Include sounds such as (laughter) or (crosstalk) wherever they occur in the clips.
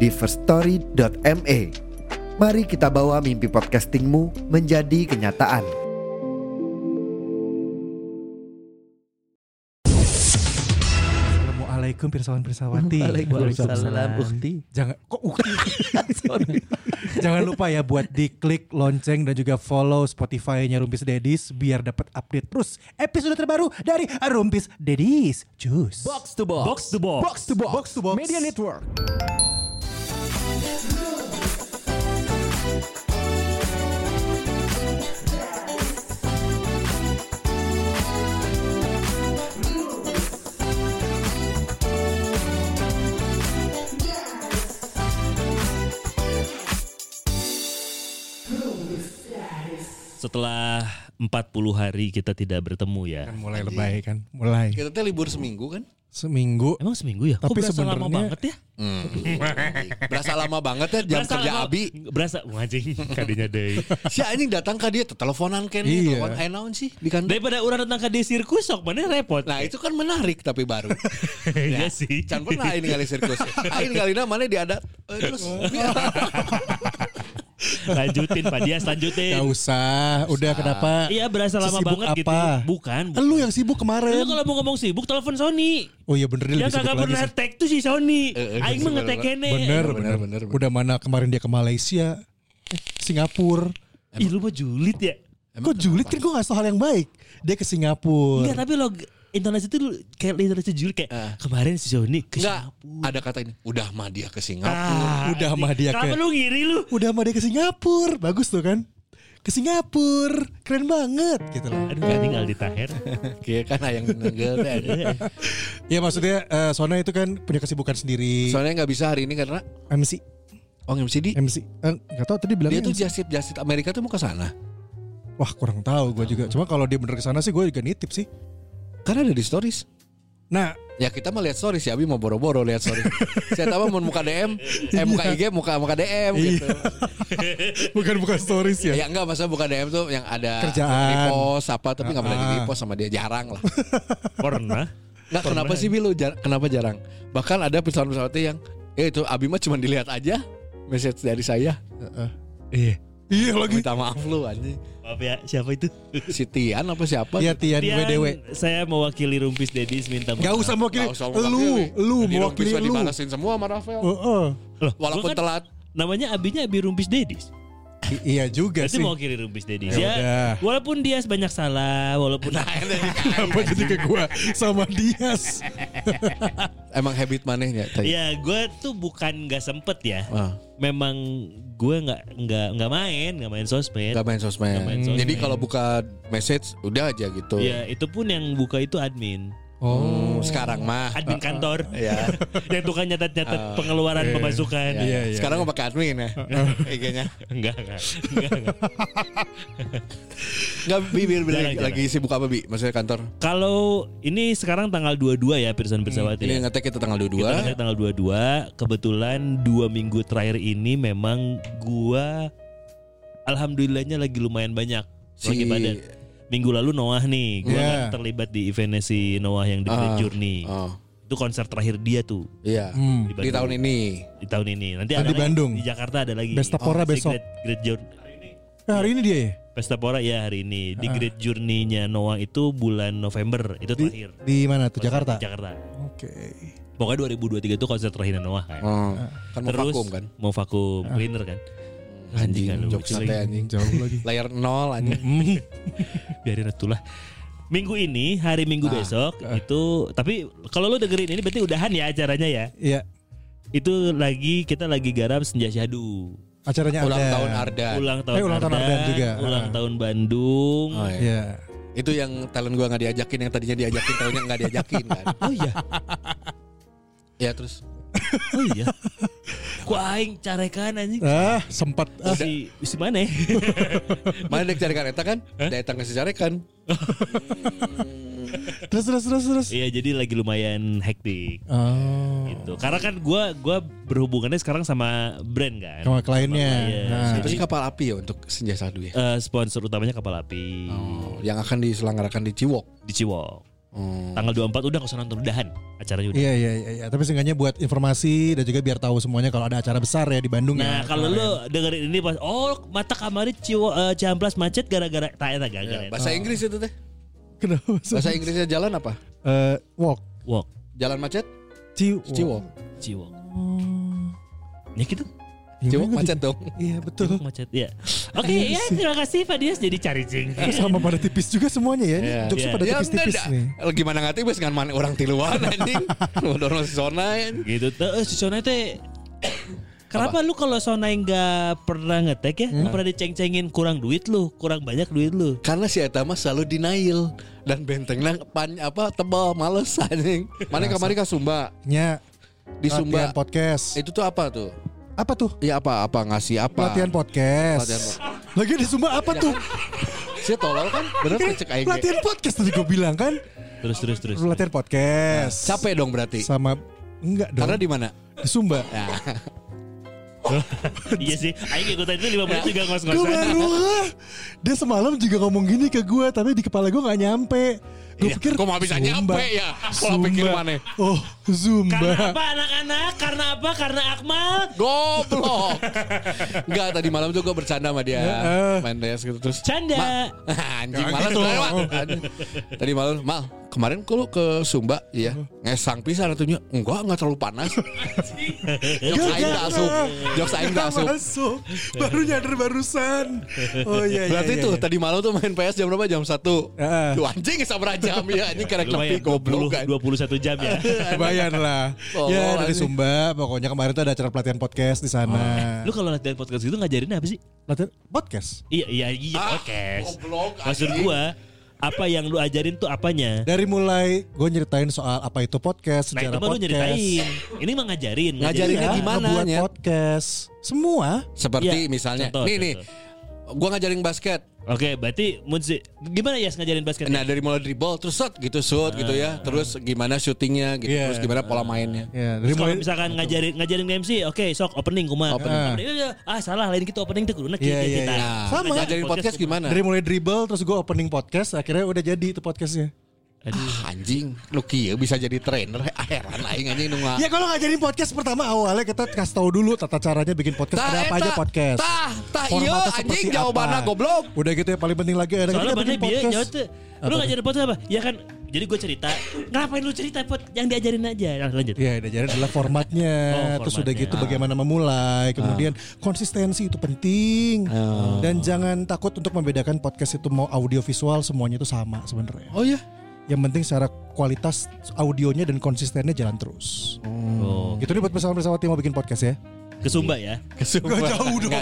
di firststory.me. Mari kita bawa mimpi podcastingmu menjadi kenyataan. Assalamualaikum pirsawan pirsawati. Waalaikumsalam Ukti. Jangan kok ukti. Jangan lupa ya buat diklik lonceng dan juga follow Spotify-nya Rumpis Dedis biar dapat update terus episode terbaru dari Rumpis Dedis. Cus. Box to box. (laughs) Box to box. Box to box. Box to box. Media Network. Setelah 40 hari kita tidak bertemu ya. Kan mulai lebay kan, mulai. Kita teh libur seminggu kan? Seminggu. Emang seminggu ya? Kok Tapi berasa lama sebenarnya- banget ya? (laughs) Iya, Berasa lama banget ya jam Berasa kerja lama- Abi. Berasa wajing kadinya deui. Si anjing datang ke dia tuh teleponan kan Iya. telepon "Eh, naon sih di kantor. Daripada orang datang ke desir kusok mana repot. (laughs) Nah, itu kan menarik tapi baru. Iya sih. Can pernah ini kali sirkus. Aing kalina mana diadat. Eh, terus (laughs) Lanjutin Pak Dias, Gak lanjutin. usah, udah kenapa? Iya berasa lama Sesibuk banget gitu. apa? Bukan. bukan. Lu yang sibuk Lu kemarin. kalau mau ngomong sibuk telepon Sony. Oh iya bener Dia lebih sibuk kagak Iya, lagi pernah sih. tag tuh si Sony. Eh, eh, Aing mah ngetek kene. Bener, bener, bener, bener. bener. Udah mana kemarin dia ke Malaysia, eh, Singapura. Ih lu mah julid ya. Kok julid kan gue ngasih hal yang baik. Dia ke Singapura. Enggak tapi lo intonasi itu lu- kayak intonasi julid kayak kemarin si Sony ke enggak Singapura. ada kata ini. Udah mah dia ke Singapura. Ah, Udah mah dia Kenapa ke- lu ngiri lu? udah sama dia ke Singapura bagus tuh kan ke Singapura keren banget gitu loh Aduh gading Aldi Taher. Kira kan yang nenggel teh. ya maksudnya eh, Sona itu kan punya kesibukan sendiri Soalnya nggak bisa hari ini karena MC Oh MC di MC Eh, nggak tahu tadi dia bilangnya tuh MC. jasit jasit Amerika tuh mau ke sana. wah kurang tahu gue juga cuma kalau dia bener ke sana sih gue juga nitip sih Karena ada di stories. nah Ya kita mah lihat stories ya Abi mau boro-boro lihat stories. Saya tahu mau muka DM, eh Iya. muka IG, muka muka DM Oh, gitu. (laughs) bukan bukan stories ya Ya enggak masa bukan DM tuh yang ada Kerjaan. repost apa tapi nggak pernah di Ah. repost sama dia jarang lah. Pernah. Enggak kenapa sih Bilu kenapa jarang? Bahkan ada pesawat-pesawatnya yang eh itu Abi mah cuma dilihat aja message dari saya. iya iya lagi Minta maaf lu anjing. Maaf ya, siapa itu? Si Tian apa siapa? Iya Tian Dian, WDW Saya mewakili Rumpis Dedis minta maaf. Gak usah mewakili Nggak usah Lu mewakili. Lu Di rumpis mewakili mah lu dibalasin semua sama Rafael. Oh, oh. Loh, gua Walaupun kan telat. Namanya abinya Abi Rumpis Dedis. I- Iya juga sih Berarti mewakili Rumpis Dedis. Ya Ya, udah. Nah, walaupun dia banyak salah, walaupun Kenapa jadi ke gua Sama Dias Emang habit manehnya tadi. Iya. ya gue tuh bukan nggak sempet ya. Ah. Memang gue nggak nggak nggak main, nggak main sosmed. Gak main sosmed. Nggak main sosmed. Jadi kalau buka message udah aja gitu. Ya itu pun yang buka itu admin, Hmm, sekarang mah. Ah, admin kantor. Iya. (laughs) yang tukang nyatet-nyatet pengeluaran pemasukan. Iya, iya, Ya. Sekarang mau pakai admin (laughs) ya. IG-nya. Enggak, enggak, enggak, enggak. Enggak Bi, Bi, Bi, Jarang, lagi, lagi sibuk apa Bi? Maksudnya kantor. Kalau ini sekarang tanggal 22 ya Pirsan Pirsawati. ya. Hmm, Ini ngetek kita tanggal 22. Kita ngetek tanggal 22 Kebetulan dua minggu terakhir ini memang gua Alhamdulillahnya lagi lumayan banyak Si- Oh, Lagi padat Minggu lalu Noah nih Gua Iya. kan terlibat di eventnya si Noah yang di Great Ah, Journey Oh, Itu konser terakhir dia tuh iya. Hmm. Bandung. Di tahun ini. Di tahun ini Nanti Di ada lagi Bandung. Di Jakarta ada lagi Oh, Bestapora si besok. Great, Great Journey Nah, hari ini dia ya Pestapora ya hari ini Di Great Journey-nya Noah itu bulan November Itu terakhir Ah. Di mana tuh Jakarta Di Jakarta Oke Pokoknya 2023 itu konser terakhir Noah kan Oh, kan mau Terus vakum kan. mau vakuum cleaner kan. Anjing Anjing, kan lu, jokes cuy. teh anjing. Jauh lagi Layar nol Hmm. anjing. Hmm. Biarin atulah. Minggu ini, hari Minggu Nah, besok eh. itu tapi kalau lu dengerin ini berarti udahan ya acaranya ya. Iya Itu lagi kita lagi garap Senja Syahdu. acaranya Ulang Ardan. tahun Arda. Ulang tahun Eh, ulang tahun Ardan juga. Ulang Ah. tahun Bandung. Oh, iya. Iya. Itu yang talent (laughs) gua iya. nggak diajakin yang tadinya diajakin tahunnya nggak diajakin kan. Oh iya. Ya terus Oh iya. Ku aing carekan anjing. ah sempat ah, Si si mana? ya? (laughs) Mana dek carekan eta kan? Da eta geus carekan. terus terus terus terus Iya, jadi lagi lumayan hektik oh gitu. Karena kan gua gua berhubungannya sekarang sama brand kan. sama kliennya Sama klien. nah Apa sih kapal api ya untuk senjata sadu ya? Eh, sponsor utamanya Kapal Api Oh, yang akan diselenggarakan di Ciwok. di Ciwok. Hmm. Tanggal 24 udah gak usah nonton udahan acaranya udah. Nah, Iya iya iya iya. tapi seenggaknya buat informasi dan juga biar tahu semuanya kalau ada acara besar ya di Bandung Nah, ya. kalau lu dengerin ini pas oh mata kamari Ciwok eh, Ciamplas macet gara-gara tak Iya, eta gara-gara. Ya, Oh. bahasa Inggris itu teh. kenapa? Sih? Bahasa Inggrisnya jalan apa? Eh, walk Walk Jalan macet? Ciwok. Ciwok. Ciwok. Ya gitu. Ya, Ciwok gue macet dong. Iya betul. Ciwok macet ya. Oke, ya terima kasih Pak Dias jadi cari jing. Sama pada tipis juga semuanya ya. Iya. Jokes Iya. pada Ya, tipis-tipis enggak, nih. enggak. Gimana ngerti bes ngan mana orang (laughs) tiluan anjing. Udah si zona ya. gitu tuh eh, si Sonai teh Kenapa lu kalau Sonai nggak pernah ngetek ya? Hmm? Nggak pernah diceng-cengin kurang duit lu, kurang banyak duit lu. Karena si Eta mah selalu denial dan bentengnya pan apa tebal males anjing. Mana kemarin ke Sumba? Nya Di Sumba. latihan podcast. Itu tuh apa tuh? Apa tuh? Ya apa apa ngasih apa? Latihan podcast. Latihan podcast. Lagi di Sumba apa (laughs) tuh? Si tolol kan (laughs) bener teh cek aing. ge. latihan podcast tadi gue bilang kan. Terus terus terus. Latihan podcast. Nah, Capek dong berarti. Sama enggak dong. Karena di Nah. mana? di Sumba. iya sih. Aing ikutan itu 5 menit juga Gue ngos-ngosan. baru ah. Dia semalam juga ngomong gini ke gue Tapi di kepala gue gak nyampe Gue Iya, pikir kok nggak bisa Zumba. nyampe ya? Kalau pikir Zumba. maneh. Oh Karena Zumba apa anak-anak? Karena apa? Karena Akmal. Goblok. Enggak tadi malam tuh gue bercanda sama dia. Heeh. Main DS gitu terus. Canda. "Ma," (laughs) anjing malas gitu. banget, Ma. Aduh. Tadi malam, "Mal, kemarin kok lu ke Sumba?" Iya. Ngesang pisan atunya. Enggak, enggak terlalu panas. Jok aing tak asup. Iya, Jok aing tak asup. masuk Baru nyadar barusan Oh iya iya Berarti iya, tuh iya. tadi malam tuh main PS jam berapa? Jam 1. Heeh. Lu anjing sabra jam ya anjing karek nepi goblok kan. 21 jam ya. Lumayan lah Oh, Ya dari anjing. Sumba Pokoknya kemarin tuh ada acara pelatihan podcast di sana Lu kalau latihan podcast gitu ngajarin apa sih? Pelatihan podcast Iya iya iya Ah, podcast. goblok, Maksud anjing. gua apa yang lu ajarin tuh apanya? Dari mulai gue nyeritain soal apa itu podcast Nah itu Sejarah mah lu podcast nyeritain. Ini mah ngajarin. Ngajarinnya Iya, gimana, ngebuat Nyet? podcast Semua Seperti Iya, misalnya, contoh, nih nih. Gua ngajarin basket. Oke, berarti Munsi, gimana ya ngajarin basket? Nah dari mulai dribble terus shot gitu shoot gitu ya terus gimana syutingnya Ah. gitu Iya. terus gimana pola mainnya Ya dari Terus kalau mulai misalkan ngajarin ngajarin ke MC, oke sok opening kumaha. Opening. Opening, iya, iya. Ah salah lain gitu opening teh kuduna Iya, iya, kita. iya. nah, Sama. ngajarin podcast gimana Dari mulai dribble terus gue opening podcast akhirnya udah jadi itu podcastnya. Aduh. Ah, anjing lu kieu bisa jadi trainer Ah, heran aing anjing nu Ya kalau ngajarin podcast pertama awalnya kita kasih tahu dulu tata caranya bikin podcast ada eh, apa aja podcast. tah tah iya Formatnya seperti anjing apa. jawabannya goblok Udah gitu ya paling penting lagi ada Soalnya kita mana bikin biar jauh podcast. tuh. Lu ngajarin podcast apa? Ya kan jadi gue cerita, ngapain lu cerita pot yang diajarin aja. Nah, Hmm. lanjut. Ya, yang diajarin adalah formatnya. Oh, Terus udah formatnya. gitu bagaimana memulai, kemudian konsistensi itu penting. Dan jangan takut untuk membedakan podcast itu mau audio visual semuanya itu sama sebenarnya. oh iya Yang penting secara kualitas audionya dan konsistennya jalan terus. Oh. Gitu nih buat pesawat-pesawat yang mau bikin podcast ya. Ke Sumba ya. Gak jauh dong.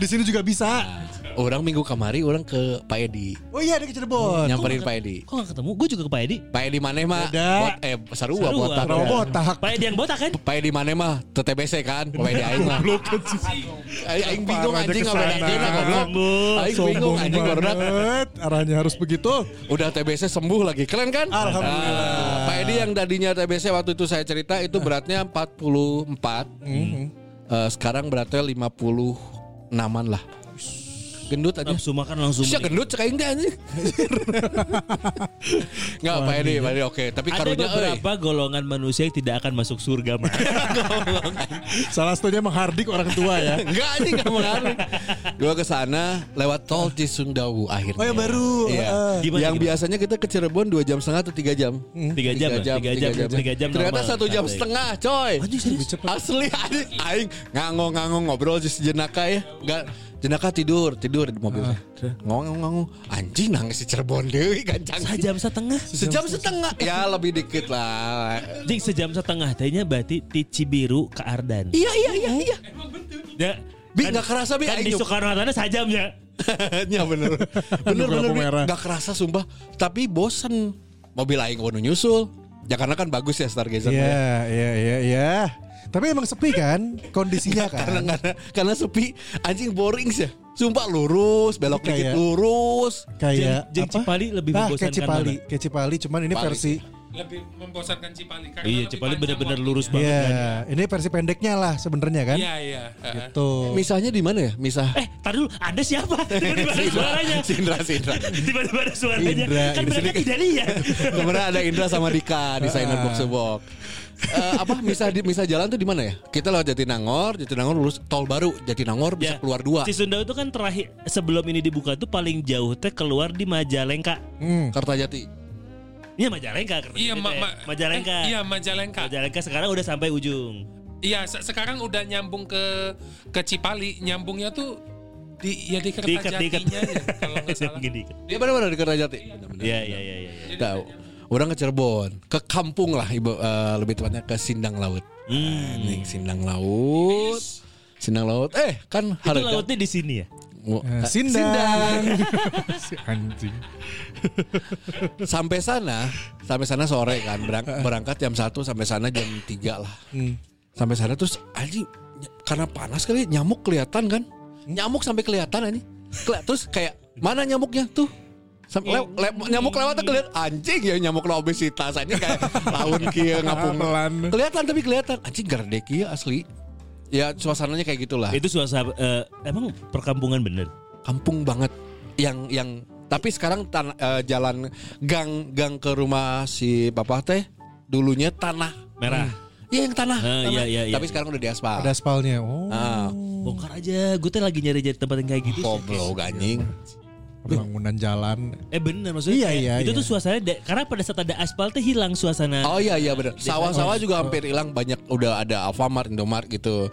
Di sini juga bisa. ya. Ah. orang minggu kemari orang ke Pak Edi Oh iya ada ke Cirebon. nyamperin nggak- Pak Edi Kok gak ketemu? Gue juga ke Pak Edi. Pak Edi mana mah Beda. bot, eh sarua Sarua. botak Rawa botak. Pak Edi yang botak kan? Pak Edi mana mah TTBC kan Pak Edi aing mah Aing aing bingung Parah, ada anjing kesana. ngabedakeunna goblok Sombong. aing bingung Sombong anjing barudak banget. Arahnya harus begitu. Udah TBC sembuh lagi Keren kan? Alhamdulillah. Nah, Pak Edi yang tadinya TBC waktu itu saya cerita Itu beratnya 44 Eh, Sekarang beratnya 50 Naman lah Gendut aja Langsung makan langsung. Siapa gendut cek aing teh anjing Nggak Pak Edi Pak Edi oke Tapi Ada karunya (laughs) euy. beberapa golongan manusia yang tidak akan masuk surga, (laughs) Mas. Salah satunya menghardik orang tua (laughs) ya. Enggak anjing nggak mengaruh Gue kesana lewat tol Cisundawu akhirnya Oh yang baru. Iya. Heeh. Gimana, yang gimana? Hmm. biasanya kita ke Cirebon 2 jam setengah atau 3 jam? Tiga jam, lah, tiga jam, tiga jam. Ternyata normal. satu jam Santai. setengah, coy. serius? Cepet. Asli aing, aing ngangong-ngangong ngobrol di jenaka ya. Enggak jenaka tidur, tidur di Ah, mobilnya. Ngongong-ngongong. Anjing nangis si Cirebon deui gancang. Sejam setengah. Sejam setengah. Ya lebih dikit lah. Jing sejam setengah tehnya berarti ti Cibiru ke Ardan. Iya iya iya iya. Ya. Bi nggak kerasa bi Kan aing di nyup. Soekarno Hatta sajamnya. (laughs) Ya (laughs) bener. Bener lampu bener Bi. merah. nggak kerasa sumpah. Tapi bosen. Mobil aing kudu nyusul. Ya karena kan bagus ya Stargazer. Iya, iya, iya, iya. Tapi emang sepi kan (laughs) kondisinya Ya karena kan. karena, karena sepi anjing boring sih sumpah lurus belok Kayak- dikit lurus Kayak Jeng- Jeng apa? Cipali lebih ah, membosankan kayak Cipali, kayak Cipali cuman ini Cipali. versi lebih membosankan Cipali karena Iya, lebih Cipali panjang benar-benar waktunya. lurus banget. Iya, kan? ini versi pendeknya lah sebenarnya kan. Iya iya. Heeh. Gitu. misahnya di mana ya misah Eh, tar dulu, Anda (laughs) siapa? Tiba-tiba ada suaranya. Sindra Sindra (laughs) Tiba-tiba ada suaranya. Indra, Kan Indra. mereka tidak (laughs) lihat. Kemarin ada Indra sama Dika desainer box to box. Eh, apa misah di misah jalan tuh di mana ya? Kita lewat Jatinangor, Jatinangor lurus tol baru, Jatinangor Ya. bisa keluar dua. Si Sunda itu kan terakhir sebelum ini dibuka tuh paling jauh teh keluar di Majalengka. Kertajati. Iya Majalengka kereta Iya gitu ma ya. ma- Majalengka. eh, Iya Majalengka. Majalengka sekarang udah sampai ujung. Iya se- sekarang udah nyambung ke ke Cipali, nyambungnya tuh di ya di kereta Diikat, diikat. Gitu. jatinya ya kalau (laughs) nggak salah. Mungkin diikat. Dia benar-benar di Kertajati. Benar-benar. Iya iya iya iya. iya. Tahu. Orang ke Cirebon, ke kampung lah ibu, eh, lebih tepatnya ke Sindang Laut. Hmm. Nih, Sindang Laut. Sindang Laut. Eh, kan Itu harga lautnya di sini ya. Wo- Eh, Sindang. (laughs) Si anjing. sampai sana, sampai sana sore kan berang- berangkat jam 1 sampai sana jam 3 lah. Hmm. Sampai sana terus anjing ny- karena panas kali nyamuk kelihatan kan? Nyamuk sampai kelihatan anjing. Keli- Terus kayak mana nyamuknya tuh? Sam- lew- le- nyamuk lewat tuh kelihatan anjing ya nyamuk lo obesitas anjing kayak laun (laughs) Ah, kieu ngapung. Pelan. Kelihatan tapi kelihatan anjing gerdek kieu asli. Ya suasananya kayak gitulah. Itu suasana eh, emang perkampungan bener. kampung banget yang yang tapi sekarang tan- eh, jalan gang gang ke rumah si bapak teh dulunya tanah Merah. Iya yang tanah, Ah, tanah. Hmm. iya, iya, iya. tapi sekarang udah diaspal Ada aspalnya. Oh. ah Bongkar aja, gue teh lagi nyari jadi tempat yang kayak gitu. goblok anjing Pembangunan jalan. Eh bener Iya, maksudnya. kayak iya, Itu iya. tuh suasana da- karena pada saat ada aspal tuh hilang suasana. oh iya iya benar sawah-sawah juga hampir hilang banyak udah ada Alfamart Indomart gitu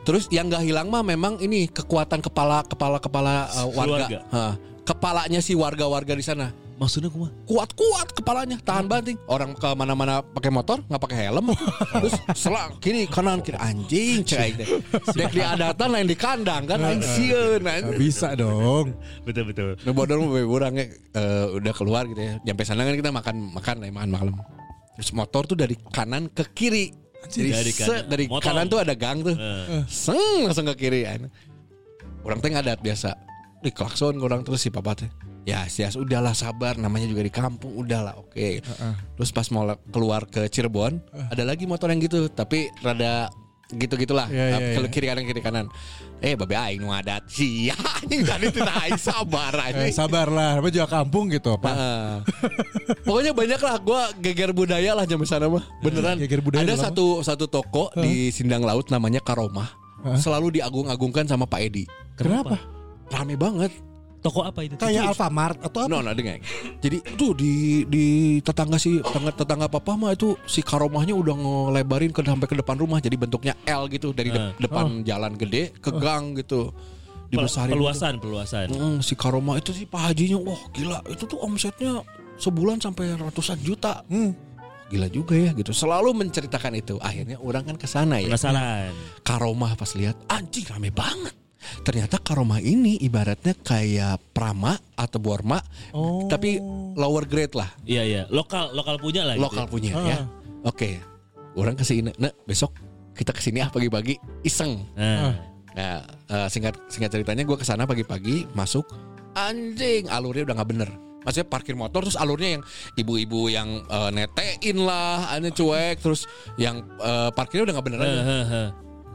terus yang nggak hilang mah memang ini kekuatan kepala kepala kepala eh, warga Keluarga. Hah. kepalanya si warga-warga di sana Maksudnya kumah. kuat-kuat kepalanya tahan banting orang ke mana-mana pakai motor nggak pakai helm terus selang kiri kanan kiri anjing cek aing teh. dek di adatan lain di kandang kan lain sieun Nggak anjing. bisa dong. Betul betul. nu bodor mah bebe urang, ya. Eh, udah keluar gitu ya nyampe sana kan kita makan makan lah ya, makan malam terus motor tuh dari kanan ke kiri Dari jadi dari, kanan. Eh. dari Motong. kanan tuh ada gang tuh seng langsung ke kiri an. orang teh ngadat biasa di klakson orang terus si papa teh ya sias udahlah sabar namanya juga di kampung udahlah oke terus pas mau le- keluar ke Cirebon Eh. ada lagi motor yang gitu tapi rada gitu gitulah Iya, iya, Kalau iya. kiri kanan kiri kanan eh babe aing nu adat (laughs) sia anjing tadi teh aing sabar Eh, anjing sabarlah, apa juga kampung gitu, Ah, Pak. Heeh. Pokoknya banyak lah gue geger budaya lah zaman sana mah beneran. Geger budaya Ada dalam- satu satu toko di Sindang Laut namanya Karomah selalu diagung-agungkan sama Pak Edi. Kenapa? Rame banget. Toko apa itu? Kayak Alfamart atau apa? No, no, dengerin. Jadi tuh di di tetangga si tetangga, tetangga papa mah itu si karomahnya udah ngelebarin ke sampai ke depan rumah jadi bentuknya L gitu dari de- depan jalan gede ke gang gitu. Pel- Dibesarin gitu. peluasan peluasan. Oh, Mm, si Karoma itu sih Pak Hajinya wah gila itu tuh omsetnya sebulan sampai ratusan juta. Hmm. Gila juga ya gitu. Selalu menceritakan itu. Akhirnya orang kan ke sana iya. ya. Penasaran. Karoma pas lihat anjing rame banget. Ternyata Karoma ini ibaratnya kayak Prama atau Borma tapi lower grade lah, Iya iya. Lokal lokal punya lah. lokal Gitu. punya ya. Oke. Orang kesini, nah besok kita kesini ah pagi-pagi iseng. Ah. Nah, Nah, eh, singkat singkat ceritanya gue kesana pagi-pagi masuk anjing alurnya udah nggak bener. Maksudnya parkir motor terus alurnya yang ibu-ibu yang eh, netein lah, aneh cuek terus yang eh, parkirnya udah nggak bener. aja. Heh, heh.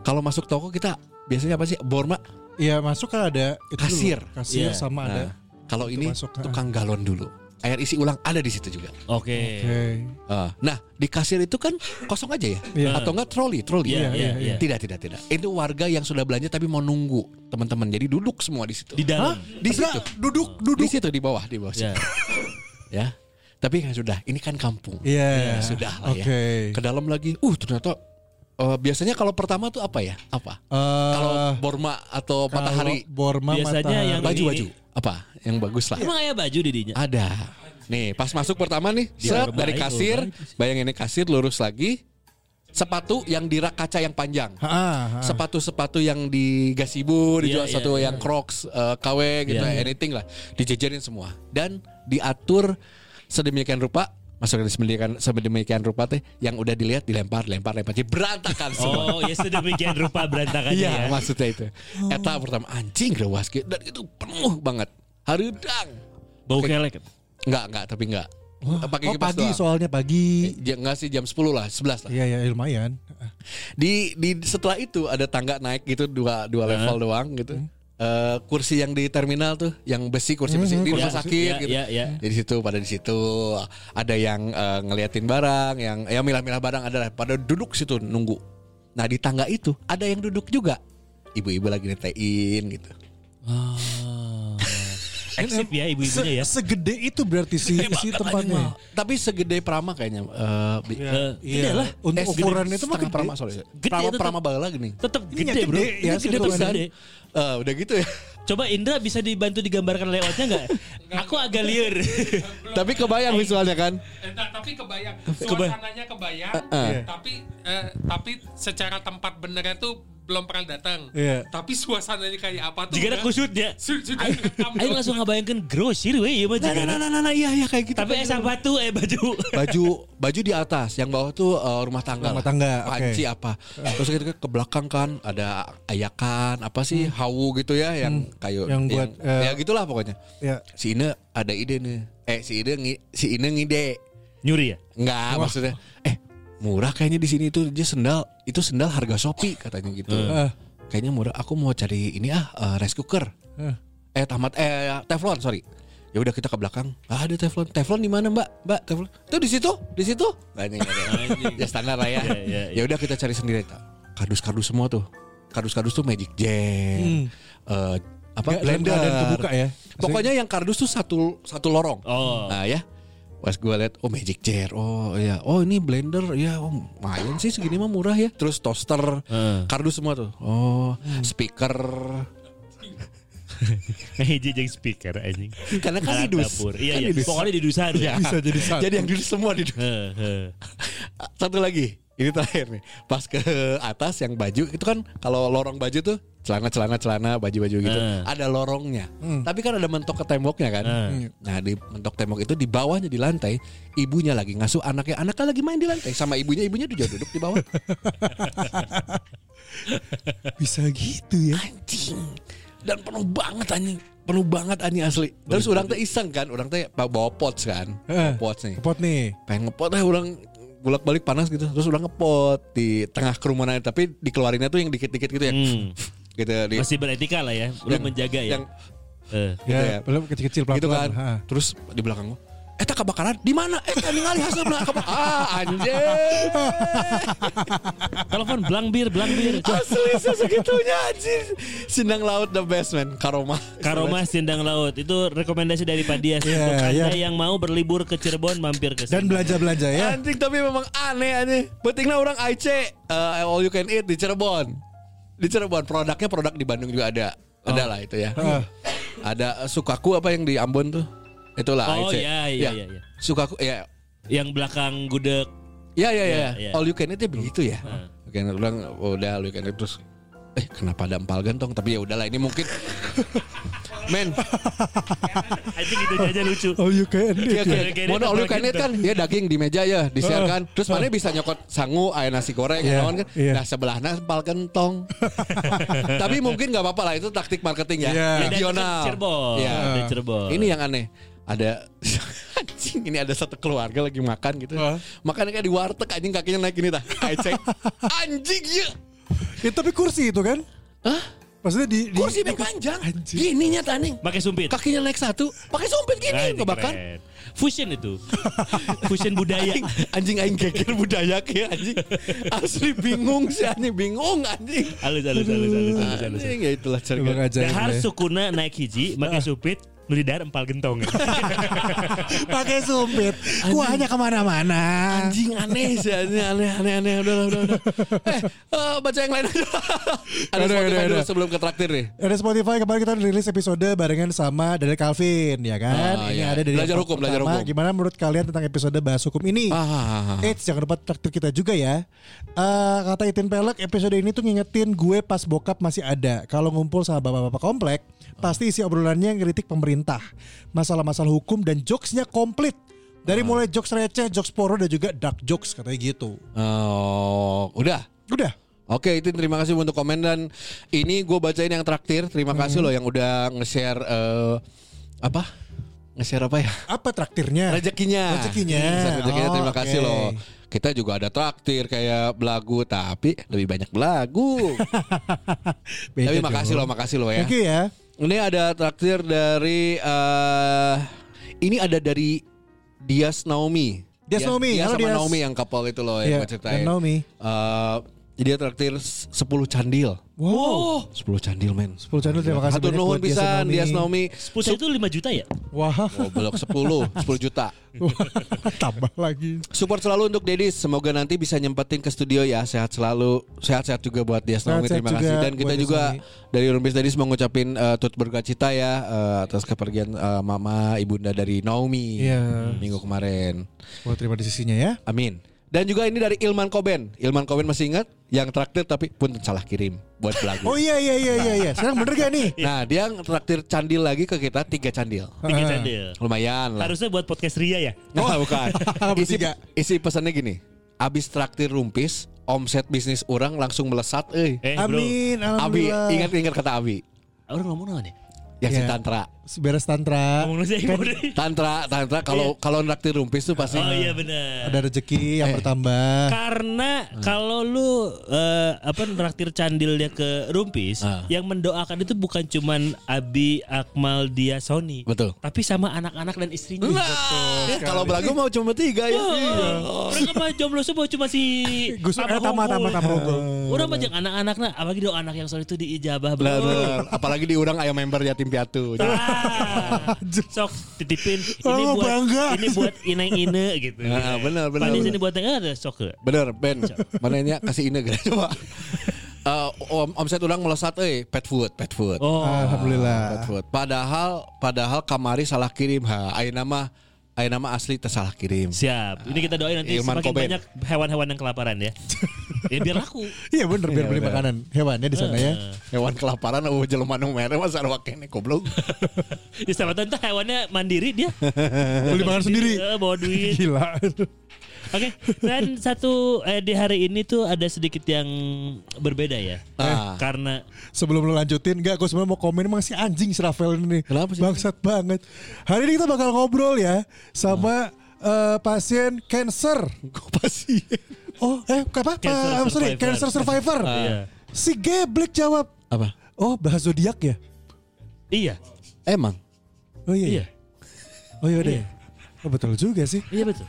Kalau masuk toko kita biasanya apa sih borma? Iya, masuk kan ada itu dulu. Kasir. Kasir Iya. sama ada. Nah, kalau ini masuk, ah. eh. tukang galon dulu. Air isi ulang ada di situ juga. Oke. Oke. Eh, nah di kasir itu kan kosong aja ya, Iya. atau enggak troli, troli. Iya, iya, iya. Tidak, tidak, tidak. Itu warga yang sudah belanja tapi mau nunggu teman-teman. Jadi duduk semua di situ. Di dalam. di situ duduk duduk di situ di bawah di bawah Ya. situ. ya tapi kan sudah ini kan kampung Iya. Ya, sudah lah Oke. ya ke dalam lagi uh ternyata eh, biasanya kalau pertama tuh apa ya apa Eh, kalau Borma atau kalau Matahari Borma Biasanya Matahari. yang baju ini- baju apa yang bagus lah Emang ayah baju Ah, didinya. ada nih pas masuk pertama nih Dia set dari baik, kasir bayangin ini kasir lurus lagi sepatu yang di rak kaca yang panjang Ah, ah. sepatu-sepatu yang di gasibu dijual Iya, satu iya, yang Crocs eh, KW gitu Iya. anything lah dijejerin semua dan diatur sedemikian rupa masuk sedemikian sedemikian rupa teh yang udah dilihat dilempar lempar lempar jadi berantakan semua. Oh, ya sedemikian rupa berantakannya ya. Iya maksudnya itu. Eta pertama anjing rewas ge. dan itu penuh banget. Harudang. Bau kelek. Enggak enggak tapi enggak. Pakai Oh kipas pagi doang. soalnya pagi. Ya, enggak sih jam 10 lah, 11 lah. Iya ya lumayan. Di di setelah itu ada tangga naik gitu dua dua level doang gitu. Hmm. Eh, kursi yang di terminal tuh, yang besi kursi besi di rumah Ya, sakit ya, gitu. ya, ya. Jadi situ pada di situ ada yang eh, ngeliatin barang, yang ya milah-milah barang ada lah. pada duduk situ nunggu. Nah di tangga itu ada yang duduk juga, ibu-ibu lagi netein gitu. Eksip ya ibu-ibunya Ah. ya. Se- Segede itu berarti (laughs) si, si tempatnya. Eh, Tapi segede Prama kayaknya. eh, bi- Eh, Iya lah. Untuk ukuran itu mah setengah gede. Prama soalnya. Gede Prama tetep. Prama bala gini. Tetap Ini gede, yang Bro. gede ya, Ini gede situ besar kan. deh. Iya, Eh, udah gitu ya. Coba Indra bisa dibantu digambarkan layoutnya nggak? (laughs) Aku agak liar. Tapi kebayang visualnya kan. Entah, Eh, tapi kebayang Kebay- suasananya kebayang tapi eh, tapi secara tempat benernya tuh belum pernah datang Iya. tapi suasananya kayak apa (laughs) tuh Jika ada udah- kusutnya. Su- sudah Ayo, kerekam ayo tuh. langsung ngebayangkan grosir weh ieu mah Nah, jigana. nah, nah, nah, nah, iya, iya kayak gitu. Tapi Kayak eh gitu. sepatu eh (laughs) baju. baju baju di atas yang bawah tuh eh, rumah tangga Rumah lah. tangga, panci apa terus gitu ke belakang kan ada ayakan apa sih hawu gitu ya yang kayu Yang buat, eh, ya gitulah pokoknya Ya. si Ine ada ide nih eh si Ine ngi- si Ine ngide Nyuri ya? Enggak maksudnya eh murah kayaknya di sini itu dia sendal itu sendal harga Shopee katanya gitu Eh. kayaknya murah aku mau cari ini ah eh, rice cooker Eh. eh tamat eh teflon sorry ya udah kita ke belakang ah ada teflon teflon di mana mbak mbak teflon tuh di situ di situ Anjing, anjing. ya standar lah ya iya, ya udah kita cari sendiri kardus kardus semua tuh kardus kardus tuh magic jet eh, Nggak, apa dalam blender keadaan kebuka ya. pokoknya yang kardus tuh satu satu lorong Oh. Nah ya Pas gue liat Oh magic chair Oh ya Oh ini blender Ya oh, lumayan sih segini mah murah ya Terus toaster Kardus semua tuh Oh speaker Meja jeung Nah, speaker anjing. Karena Alat kan didus. dapur. Iya Kan iya. didus. Pokoknya didus harus. (laughs) Ya. Bisa jadi satu. Jadi yang dulu semua di Heeh, heeh. (laughs) Satu lagi Ini terakhir nih Pas ke atas yang baju Itu kan Kalau lorong baju tuh Celana-celana-celana Baju-baju gitu Eh. Ada lorongnya Tapi kan ada mentok ke temboknya kan Nah di mentok tembok itu Di bawahnya di lantai Ibunya lagi ngasuh anaknya Anaknya lagi main di lantai Sama ibunya Ibunya juga duduk di bawah Bisa gitu ya. anjing dan penuh banget anjing penuh banget anjing asli terus orang teh iseng kan orang teh bawa pots kan Eh. pots nih Pot nih. pengen ngepot eh orang bolak balik panas gitu terus orang ngepot di tengah kerumunan tapi dikeluarinnya tuh yang dikit dikit gitu ya Hmm. (laughs) gitu di, Masih beretika lah ya. Belum yang- menjaga ya. yang Eh. Gitu Ya, ya. belum kecil-kecil pelan-pelan. gitu kan Ha. terus di belakang gua Eta kebakaran di mana? Eta ningali hasil kebakaran. Ah anjir. (laughs) Telepon belang bir, belang Ah, bir. Asli sesegitunya anjir. Sindang laut the best man. Karoma. Karoma Sindang Laut itu rekomendasi dari Pak Dias untuk iya. anda yang mau berlibur ke Cirebon mampir ke sini. Dan belanja-belanja ya. Anjing tapi memang aneh aneh. Pentingnya orang IC eh, all you can eat di Cirebon. Di Cirebon produknya produk di Bandung juga ada. Ada Oh. lah itu ya. Ada eh, Sukaku apa yang di Ambon tuh? Itulah Oh, IC. iya, iya, iya, iya. Sukaku ya. yang belakang gudeg Ya ya ya. iya. All you can eat ya begitu ya. Oke, orang udah all you can eat terus eh kenapa ada empal gentong tapi ya udahlah ini mungkin (laughs) men Anjing gitu aja (laughs) lucu. (laughs) Oh you can Iya, eat. All iya. you can eat, Mohon all you empal can eat kan ya daging di meja ya disiarkan. Terus mana bisa nyokot sangu aya nasi goreng Iya, naon kan. iya. Nah sebelahnya empal kentong. Tapi mungkin nggak apa-apa lah itu taktik marketing ya. Iya. Regional. Dari Cirebon. Iya. Dari Cirebon. Ini yang aneh. Ada (laughs) anjing ini ada satu keluarga lagi makan gitu. Hah? Makannya kayak di warteg anjing kakinya naik ini tah. Ecek. anjing ya. Ya, tapi kursi itu kan? Hah? Maksudnya di, di Kursi back panjang. Gininya tah anjing. Pakai sumpit. Kakinya naik satu, pakai sumpit gini Nah, ini kebakan. keren. Fusion (laughs) itu. Fusion budaya. Aing- anjing aing geger budaya ke anjing asli bingung sih anjing bingung anjing Halus halus halus halus halus. halus. anjing ya itulah Emang cerita ajaib Dahar ya. sukuna naik hiji, pakai sumpit, nu di dahar empal gentong. (laughs) pakai sumpit. Kuahnya kemana-mana. anjing aneh sih anjing aneh aneh aneh udah udah udah, udah. eh eh, baca yang lain aja (laughs) ada Udah, Spotify udah, dulu udah. sebelum ke traktir nih Ada Spotify kemarin kita rilis episode barengan sama dari Calvin ya kan. Ah, ini iya. ada dari Belajar yang hukum, belajar pertama. hukum. Gimana menurut kalian tentang episode bahas hukum ini? Ah, ah, ah, ah. Eits jangan lupa traktir kita juga ya Eh, Kata Itin Pelek episode ini tuh ngingetin gue pas bokap masih ada Kalau ngumpul sama bapak-bapak komplek Pasti isi obrolannya ngeritik pemerintah Masalah-masalah hukum dan jokesnya komplit Dari Ah. mulai jokes receh, jokes poro dan juga dark jokes katanya gitu. Oh, udah. Udah. Oke, itu terima kasih untuk komen dan ini gue bacain yang traktir. Terima kasih loh yang udah nge-share eh, apa? Nge-share apa ya? Apa traktirnya? Rezekinya. Rezekinya. Bisa rezekinya. Oh, terima oke. kasih loh. Kita juga ada traktir kayak belagu tapi lebih banyak (laughs) belagu. (laughs) Beda tapi dong. makasih loh, makasih loh ya. Thank you ya. Ini ada traktir dari eh ini ada dari Dias Naomi. Dias Naomi, Dias halo sama Dias. Naomi yang couple itu loh Iya, yang gue ceritain. dan Naomi. Eh, dia traktir 10 candil. Wow. 10 candil men. 10 channel terima kasih Hatur banyak nuhun buat Dias pisan Naomi. Dias Naomi. Sepuluh itu 5 juta ya? Wah, (laughs) Oh, belok 10, 10 juta. tambah lagi. Support selalu untuk Dedis. Semoga nanti bisa nyempetin ke studio ya. Sehat selalu. Sehat-sehat juga buat Dias Naomi. Sehat-sehat Terima juga kasih. Dan buat kita Dias juga Naomi. dari Rumpis Dedis mau ngucapin eh, turut berduka cita ya eh, atas kepergian eh, mama ibunda dari Naomi Iya. minggu kemarin. Mau terima di sisinya ya. Amin. Dan juga ini dari Ilman Koben. Ilman Koben masih ingat yang traktir tapi pun salah kirim buat belagu. Oh iya iya iya iya iya. Sekarang bener gak nih? Nah, dia traktir candil lagi ke kita tiga candil. Tiga candil. Lumayan lah. Iya, Harusnya buat podcast Ria ya. Nah, bukan. isi, Bertiga. isi pesannya gini. Abis traktir rumpis, omset bisnis orang langsung melesat. Eh. Eh, bro. Amin. Abi, Alhamdulillah. ingat-ingat kata Abi. Orang ngomong apa nih? Yang si Iya. Tantra. beres tantra. Ngomong sih Kan Tantra, Tantra kalau kalau traktir rumpis tuh pasti Oh iya benar. ada rezeki Eh. yang bertambah. Karena kalau lu eh, apa traktir candilnya ke Rumpis, Ah. yang mendoakan itu bukan cuman Abi Akmal Dia Sony, betul. tapi sama anak-anak dan istrinya. Nah, kalau belagu mau cuma tiga ya. Oh, Mereka mah jomblo semua cuma si Gus- eh, Tama, Hongkul. Tama, Tama Hongkul. Orang banyak anak-anaknya, nah, apalagi doa anak yang soal itu diijabah Benar, bro. benar. Apalagi diurang ayam member yatim piatu. Ah, sok titipin ini Oh, buat bangga. ini buat ineng-ine gitu. Nah, benar, benar, Panis benar. ini buat yang ada sok. ke. Bener Ben Mananya kasih ini gitu coba (laughs) Eh, om, omset orang melesat eh pet food pet food Oh, Ah. pet Alhamdulillah. food padahal padahal kamari salah kirim ha ayeuna nama ayeuna nama asli teh salah kirim siap. Ini kita doain nanti Ilman semakin Koben. banyak hewan-hewan yang kelaparan (laughs) ya. ya biar laku. Iya bener biar beli makanan hewannya di sana ya. hewan kelaparan oh jelema nu mere masa ada wakene goblok (laughs) Ya sama tante hewannya mandiri dia. Beli makan sendiri. Eh, Iya, bawa (laughs) duit. Gila. Oke, dan satu eh, di hari ini tuh ada sedikit yang berbeda ya. Ah. Karena Sebelum lu lanjutin, enggak gue sebenarnya mau komen emang si anjing si Rafael ini. Kenapa sih? Bangsat banget. Hari ini kita bakal ngobrol ya sama eh, pasien cancer. kok pasti Oh, eh apa? Cancer Cancer I'm sorry, survivor. cancer survivor. Iya. Si Geblek jawab, apa "Oh, bahas zodiak ya?" iya, emang Oh iya. iya. iya. Oh iya deh. Oh betul juga sih. Iya betul.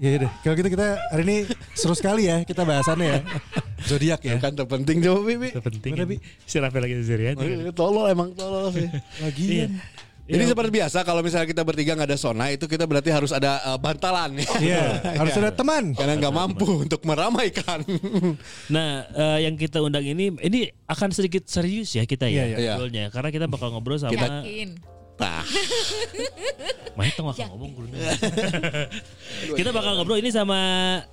Ya udah, kalau gitu kita hari ini seru sekali ya kita bahasannya ya. Zodiak ya. kan terpenting coba bibi Penting. Mana, Bi? Si Rafael lagi ya? sendirian. Eh, tolol emang tolol (laughs) sih Iya. Lagi. Jadi Iya, seperti biasa kalau misalnya kita bertiga nggak ada zona itu kita berarti harus ada eh, bantalan. Iya, (laughs) harus ada teman. Karena nggak mampu untuk meramaikan. (laughs) Nah, eh, yang kita undang ini ini akan sedikit serius ya kita ya Iya, iya. ngobrolnya. Karena kita bakal ngobrol sama Yakin. Nah, Maya tengah ngomong guruna. (laughs) Kita bakal ngobrol ini sama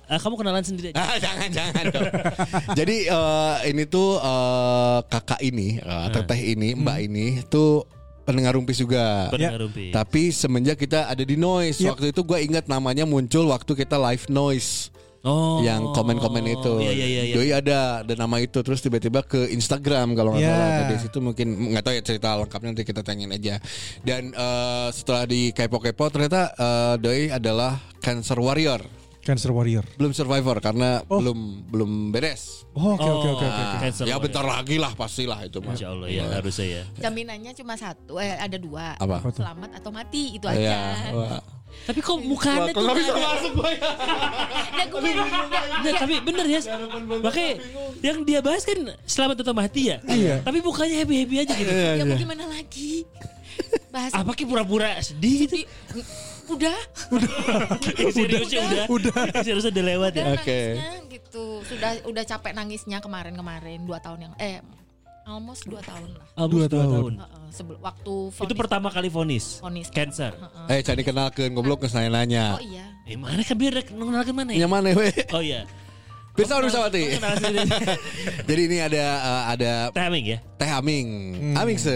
eh, kamu kenalan (laughs) sendiri aja. Ah, jangan jangan dong. (laughs) Jadi eh, ini tuh eh, kakak ini, eh, teteh ini, mbak ini tuh pendengar rumpis juga. Pendengar Rumpis. Tapi semenjak kita ada di noise, Yap. waktu itu gue ingat namanya muncul waktu kita live noise. Oh. Yang komen-komen itu, Iya iya iya. iya. Doi ada ada nama itu, terus tiba-tiba ke Instagram kalau nggak Iya. salah. Tadi situ mungkin nggak tahu ya cerita lengkapnya nanti kita tanyain aja. Dan eh, setelah di kepo-kepo ternyata eh, Doi adalah cancer warrior, Cancer warrior. belum survivor karena Oh. belum belum beres. Oh, oke oke oke oke. Ah, cancel. Ya bentar lagi lah pastilah itu mah. Insya Allah ya harusnya ya. Jaminannya cuma satu, eh ada dua. Apa? Selamat atau mati itu aja. Ya. Ya, Wah. Tapi kok mukanya tuh nggak ada- gue bilang, Nggak, tapi bener ya. Makanya yang dia bahas kan selamat atau mati ya. Iya. Tapi bukannya happy happy aja gitu. ya mau gimana lagi? Bahas Apa ki pura-pura sedih gitu? (laughs) di- udah, Seriusnya udah. Udah. Seriusnya udah lewat ya. udah Oke. nangisnya gitu. Sudah udah capek nangisnya kemarin-kemarin dua tahun yang eh almost dua tahun lah. Dua tahun. Heeh, sebelum Itu waktu vonis- pertama kali vonis. Vonis. Cancer. Eh Heeh. cari kenalkan goblok ke saya Oh nanya. iya. Eh mana kan biar kenalkan mana ya? Yang mana we? Oh iya. Bisa udah sawati. Kenal (laughs) sendiri. Jadi ini ada eh, ada Timing ya. Teh Aming. Aming se.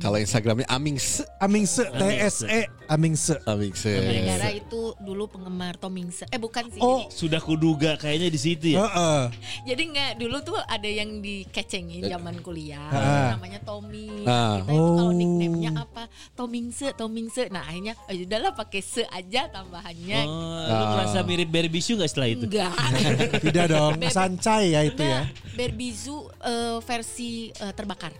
Kalau Instagramnya Amingse. Amingse TSE Amingse. Amingse. Gara-gara itu dulu penggemar Tomingse. Eh bukan sih. Oh. Jadi, Sudah kuduga kayaknya di situ ya. Heeh. jadi nggak dulu tuh ada yang dikecengin zaman kuliah. Ah. Namanya Tommy. Ah. Kita itu Oh. kalau nickname-nya apa? Tomingse, Tomingse. Nah akhirnya oh, yaudahlah pakai se aja tambahannya. Oh, gitu. lu merasa mirip Barbie Shu gak setelah itu? Enggak. (laughs) Tidak dong, Bebek. sancai ya itu Enggak. ya. Berbizu eh, versi eh, terbakar.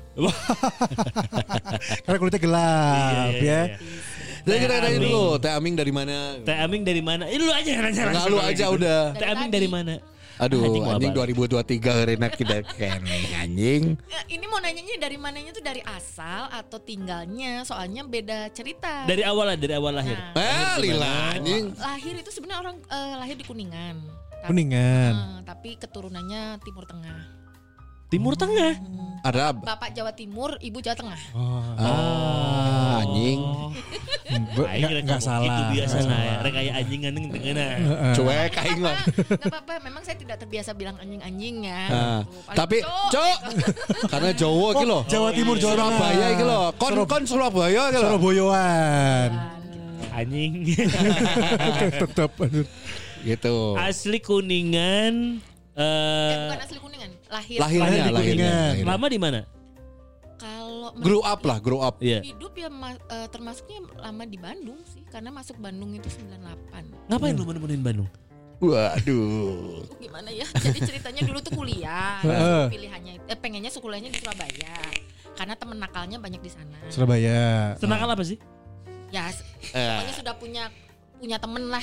Karena kulitnya gelap ya. iya, iya. Jadi kita Teh tanya Aming. dulu, Teh Aming dari mana? Teh Aming dari mana? Eh, lu aja yang nanya Enggak langsung. lu aja udah. Teh Aming dari mana? Aduh, Anjing, gua anjing abal. 2023 hari ini kita keneng anjing. Eh, Ini mau nanyanya dari mananya tuh dari asal atau tinggalnya? Soalnya beda cerita. Dari awal lah, dari awal lahir. Nah, Eh, lila anjing. lahir itu sebenarnya orang eh, lahir di Kuningan. Tapi- Kuningan. Eh, tapi keturunannya Timur Tengah. Timur Tengah. Arab. Bapak Jawa Timur, Ibu Jawa Tengah. Oh, Ah, anjing. Oh. be- Aing nggak rek nggak ngomong Gitu salah. biasa lah. ya. Rek kayak anjing kan, anjing tengah. Cuek gitu. aing mah. Gak apa-apa, memang saya tidak terbiasa bilang anjing-anjing ya. Ah, Gitu. Paling tapi cok. cok karena Jawa iki lho. Jawa Timur Jawa Tengah. Surabaya iki lho. Kon kon Surabaya iki lho. (laughs) gitu. Suraboyoan. gitu. Anjing. Tetap aduh. Gitu. Asli Kuningan. Ya, Eh, bukan asli Kuningan, lahir. Lahirnya, lahir di lahirnya. Kuningan. lahirnya. lama di mana? Kalau men- Grow up lah, grow up. Iya. hidup ya ma- eh, termasuknya lama di Bandung sih, karena masuk Bandung itu 98. Ngapain lu menemuin Bandung? Waduh. Aduh, gimana ya jadi ceritanya dulu tuh kuliah Heeh. pilihannya eh, pengennya sekolahnya di Surabaya karena temen nakalnya banyak di sana Surabaya. Senakal apa sih? ya s- pokoknya sudah punya punya temen lah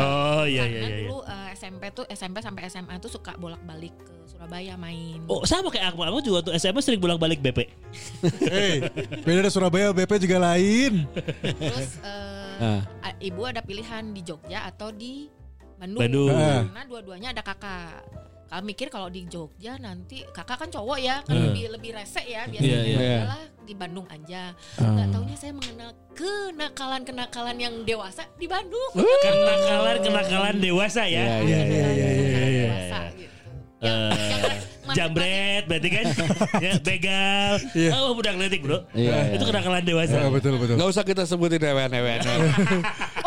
Oh iya karena dulu eh, SMP tuh SMP sampai SMA tuh suka bolak-balik ke Surabaya main Oh sama kayak aku, aku juga tuh SMA sering bolak-balik BP. Hey, beda dari Surabaya BP juga lain. terus eh, a- ibu ada pilihan di Jogja atau di Bandung, Bandung. Heeh. karena dua-duanya ada kakak kalau mikir kalau di Jogja nanti kakak kan cowok ya kan lebih lebih rese ya biasanya Iya, iya. Iya. udahlah di Bandung aja nggak taunya saya mengenal kenakalan kenakalan yang dewasa di Bandung Oh, Kenakalan kenakalan dewasa ya. Iya, iya iya iya, dewasa gitu yang, Eh, yang masing-masing- Jambret berarti kan ya, Begal Oh budak atletik bro Iya, Itu iya. kenakalan dewasa Oh, betul betul. Gak usah kita sebutin ewen-ewen. (laughs)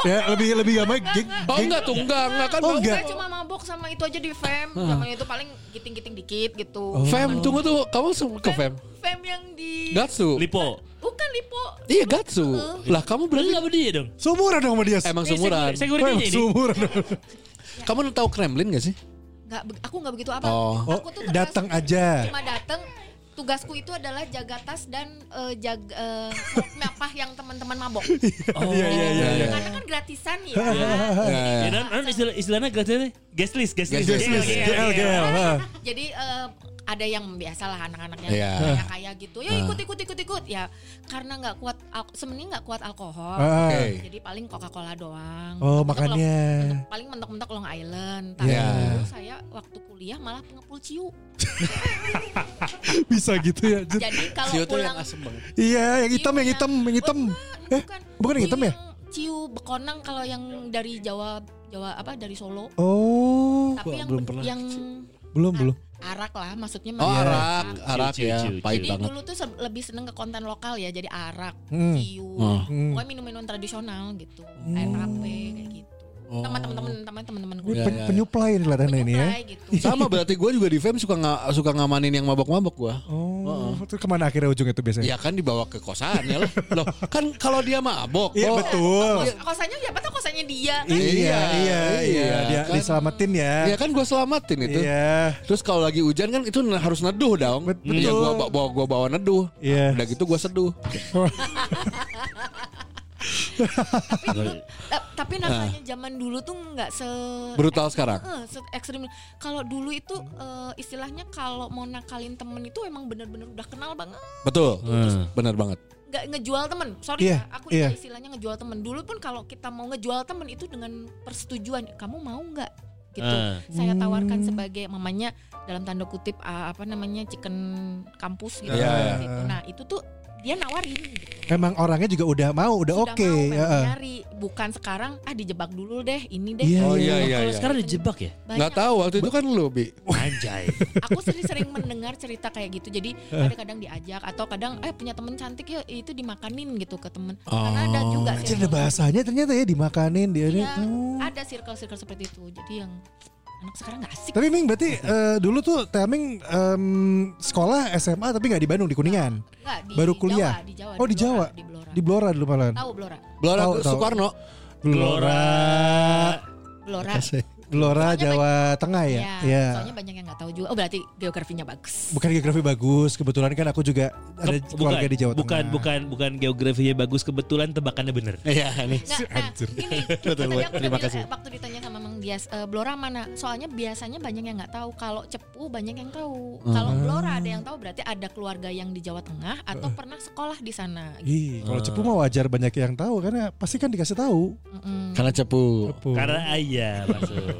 Ya lebih lebih gampang geng, Oh enggak tuh, enggak, enggak kan. Oh, Bang. enggak. Saya cuma mabok sama itu aja di fam zaman itu paling giting-giting dikit gitu Fem, tunggu tuh, kamu se- ke Fem. fam yang di Gatsu. Lipo bukan lipo Iya Gatsu. Lah kamu Lu berarti gak dia dong Sumuran dong sama dia. emang Eh, sumuran. segu- Wah, Securitynya ini sumuran dong. Kamu tahu Kremlin gak sih? nggak be- aku nggak begitu apa Oh. aku Oh, datang aja. cuma datang tugasku itu adalah jaga tas dan eh, jaga eh, mapah yang teman-teman mabok (laughs) Oh. Iya iya iya. iya. karena kan gratisan (laughs) ya Ya Nah. non, non istilah, istilahnya gratis Guest list Guest list Guest list. ya. GL GL. ah. jadi eh, ada yang biasalah anak-anak yang Iya. kaya kaya gitu Ah. ya ikut ikut ikut ikut ya karena nggak kuat al- sebenarnya nggak kuat alkohol Ah. Oke. jadi paling coca cola doang Oh, Mentok- makannya. mentok- paling mentok-mentok Long Island tapi Iya. dulu saya waktu kuliah malah pengepul ciu Bisa gitu ya. Jun. jadi kalau Sio tuh yang pulang asem banget. Iya, yang hitam, yang hitam, yang hitam. Bukan, Eh, bukan. bukan yang hitam ya? Yang Ciu bekonang kalau yang dari Jawa Jawa apa dari Solo. Oh, Tapi yang yang belum belum. arak lah maksudnya Oh memang arak, arak Iya. Ciu, ciu, ya, ciu, pahit Jadi banget. dulu tuh se- lebih seneng ke konten lokal ya, jadi arak, Hmm. ciu, Oh. pokoknya minum-minuman tradisional gitu, air tape kayak gitu. Oh. Sama teman-teman teman teman Ini gue. Iya, pen- penyuplai nih kelihatannya ini ya. Penyuplai gitu. Sama berarti gue juga di Fem suka nga, suka ngamanin yang mabok-mabok gue. Oh, itu kemana akhirnya ujungnya itu biasanya? Ya kan dibawa ke kosannya loh. Loh, kan kalau dia mabok. Iya oh, betul. Kos- Kosannya siapa tuh kosannya ya dia kan? Iya iya iya. Iya, Dia kan? diselamatin ya. iya, Ya kan gue selamatin gitu. itu. Iya. Terus kalau lagi hujan kan itu harus neduh dong. Bet- Iya, betul. gua ba- bawa gua bawa neduh. Iya. Udah gitu gua seduh. Tapi dulu, ta- tapi Iya. namanya zaman dulu tuh nggak se Brutal sekarang. Eh, se- ekstrim kalau dulu itu eh, istilahnya kalau mau nakalin temen itu emang bener-bener udah kenal banget Betul. Benar banget. nggak ngejual temen sorry Iya, ya aku iya. ini istilahnya ngejual temen dulu pun kalau kita mau ngejual temen itu dengan persetujuan kamu mau nggak gitu Ah. saya tawarkan Hmm. sebagai mamanya dalam tanda kutip ah, apa namanya chicken kampus gitu Iya, Gitu. nah itu tuh dia nawarin gitu. Emang orangnya juga udah mau, udah Sudah oke. mau memang heeh. nyari bukan sekarang ah dijebak dulu deh ini deh Gitu. Iya, Oh iya iya Kalau iya. sekarang dijebak ya? Banyak. Nggak tahu waktu itu kan lu bi. Anjay. aku sering-sering mendengar cerita kayak gitu jadi Eh. kadang-kadang diajak atau kadang eh punya temen cantik ya itu dimakanin gitu ke temen karena ada juga Anjir, circle- Oh, ada bahasanya ternyata ya dimakanin dia. Iya, Oh. ada circle-circle seperti itu jadi yang anak sekarang nggak asik Tapi Ming berarti eh, dulu tuh Teh Ming em, sekolah SMA tapi nggak di Bandung di Kuningan. Nggak, di Baru Jawa, kuliah? di Jawa Oh, di Jawa? Blora, di Blora, Di Blora dulu malah. tahu Blora Blora Tahu, tahu. Soekarno. Blora, Blora Blora Soalnya Jawa Tengah ya. ya, Iya. soalnya banyak yang nggak tahu juga oh berarti geografinya bagus Bukan geografi bagus, kebetulan kan aku juga ada Ke- keluarga di Jawa bukan, Tengah. Bukan, bukan, geografinya bagus kebetulan tebakannya bener. Iya nih. Nah, nah, (laughs) gini, Betul, tadi Bu. aku Terima tadi, kasih. eh, waktu ditanya sama Mang Dias, eh, Blora mana? Soalnya biasanya banyak yang nggak tahu. Kalau Cepu banyak yang tahu. Ah. Kalau Blora ada yang tahu, berarti ada keluarga yang di Jawa Tengah atau pernah sekolah di sana. Ah. Ih, Eh. kalau cepu mah wajar banyak yang tahu karena pasti kan dikasih tahu. Mm-mm. Karena cepu. Cepu. Karena ayah masuk.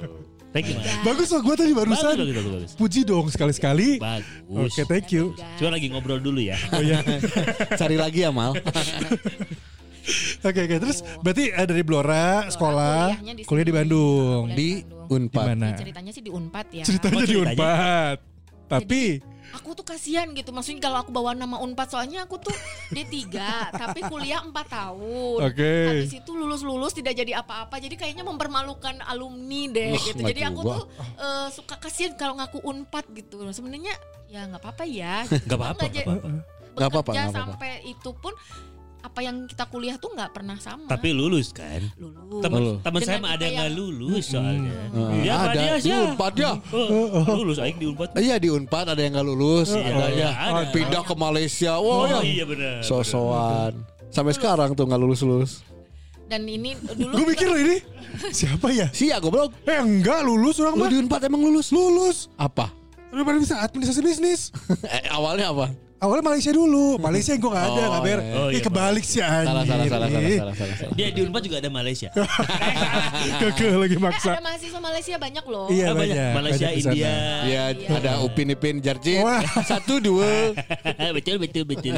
Thank you, Iya. Mas. Bagus loh gue tadi Bagus, barusan. gitu. bagus, bagus, bagus. Puji dong sekali-sekali. Bagus. Oke, thank you. Guys, Cuma lagi ngobrol dulu ya. Oh, iya. Cari lagi ya (laughs) Mal. Oke, oke. Terus berarti eh, dari Blora, Blora sekolah, kuliahnya di kuliah di sini. Bandung. Kuliah Di Bandung. Di Unpad. mana? Ini ceritanya sih di Unpad ya. Ceritanya Oh, di ceritanya. Unpad. Tapi Aku tuh kasihan gitu. Maksudnya kalau aku bawa nama Unpad soalnya aku tuh D3 tapi kuliah 4 tahun. Oke. Habis Eh. itu lulus-lulus tidak jadi apa-apa. Jadi kayaknya mempermalukan alumni deh Wah, gitu. nggak Jadi aku coba. tuh eh, suka kasihan kalau ngaku Unpad gitu. Sebenarnya ya nggak apa-apa ya. Gitu. Gak apa-apa. Nggak nggak jadi- apa-apa. (laughs) Nggak apa-apa, bekerja nggak apa-apa. sampai itu pun apa yang kita kuliah tuh nggak pernah sama. Tapi lulus kan. lulus. Teman teman Dengan saya mah kita ya. ada yang nggak yang- lulus soalnya. Hmm. Iya, Ada. Pak Dias, Di ya. Unpad, ya. Oh, Lulus aing di Unpad. Iya di Unpad ada yang nggak lulus. Iya, Oh, ada iya, ya. ada. Pindah ke Malaysia. Wow. Oh ya. iya benar. Sosokan. Sampai sekarang tuh nggak lulus lulus. Dan ini (laughs) dulu gue mikir loh (laughs) ini siapa ya? Sia goblok. Eh enggak lulus orang mah. Lu di Unpad emang lulus? Lulus. Apa? (laughs) Udah pada bisa administrasi bisnis. (laughs) Eh, awalnya apa? Awalnya Malaysia dulu. Malaysia yang gue gak ada, Oh, gak ber. iya, iya. Oh, Ih, iya, kebalik sih anjir. Salah salah salah salah salah salah. salah. Iya. Dia di Unpad juga ada Malaysia. Kekeh lagi eh, maksa. ada mahasiswa Malaysia banyak loh. Iya Ah, banyak. Malaysia, banyak di sana. India. (laughs) Iya, Iya. ada Upin Ipin Jarjit. Wah. Satu dua. betul betul betul.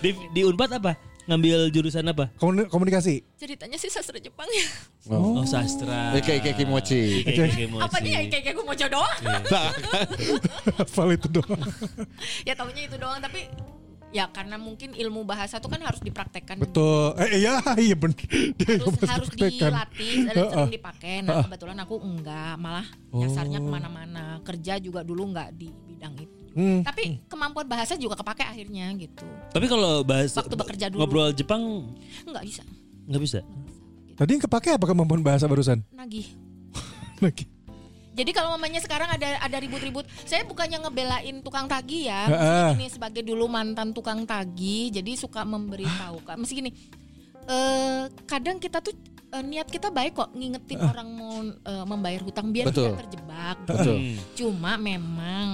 Di, di Unpad apa? Ngambil jurusan apa? Komuni- Komunikasi. Ceritanya sih sastra Jepang ya. Oh, sastra. Ike, Ike Kimochi. Ike, Ike Iya Kimochi. Apa nih yang kayak gue mau jodoh? Hafal itu doang. (laughs) ya taunya itu doang tapi ya karena mungkin ilmu bahasa tuh kan harus dipraktekkan Betul. Eh iya, iya bener. Dia terus nggak pernah harus gitu. praktekan. dilatih dan sering (laughs) dipakai nah kebetulan aku enggak malah nyasarnya Oh. kemana-mana kerja juga dulu enggak di bidang itu Hmm. tapi kemampuan bahasa juga kepake akhirnya gitu Tapi kalau bahasa Waktu bekerja dulu. ngobrol Jepang enggak bisa nggak bisa. Tadi yang kepake apa kemampuan bahasa barusan? nagih Lagi. Jadi kalau mamanya sekarang ada ada ribut-ribut, saya bukannya ngebelain tukang tagi ya. Heeh. Ini sebagai dulu mantan tukang tagi, jadi suka memberitahu kak. Mesti gini, eh kadang kita tuh eh, niat kita baik kok ngingetin orang mau eh, membayar hutang biar Betul. tidak terjebak. Betul. Hmm. Cuma memang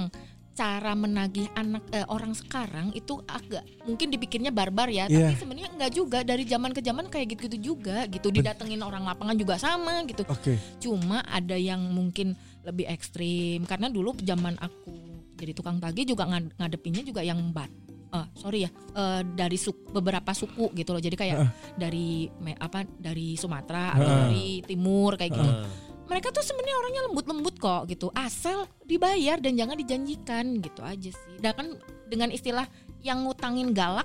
cara menagih anak eh, orang sekarang itu agak mungkin dipikirnya barbar ya, Iya. tapi sebenarnya enggak juga dari zaman ke zaman kayak gitu-gitu juga gitu didatengin orang lapangan juga sama gitu Oke. cuma ada yang mungkin lebih ekstrim karena dulu zaman aku jadi tukang tagih juga ngad- ngadepinnya juga yang bat eh, sorry ya eh, dari suku, beberapa suku gitu loh jadi kayak dari me- apa dari Sumatera atau dari timur kayak gitu Ah. mereka tuh sebenarnya orangnya lembut-lembut kok gitu asal dibayar dan jangan dijanjikan gitu aja sih dan kan dengan istilah yang ngutangin galak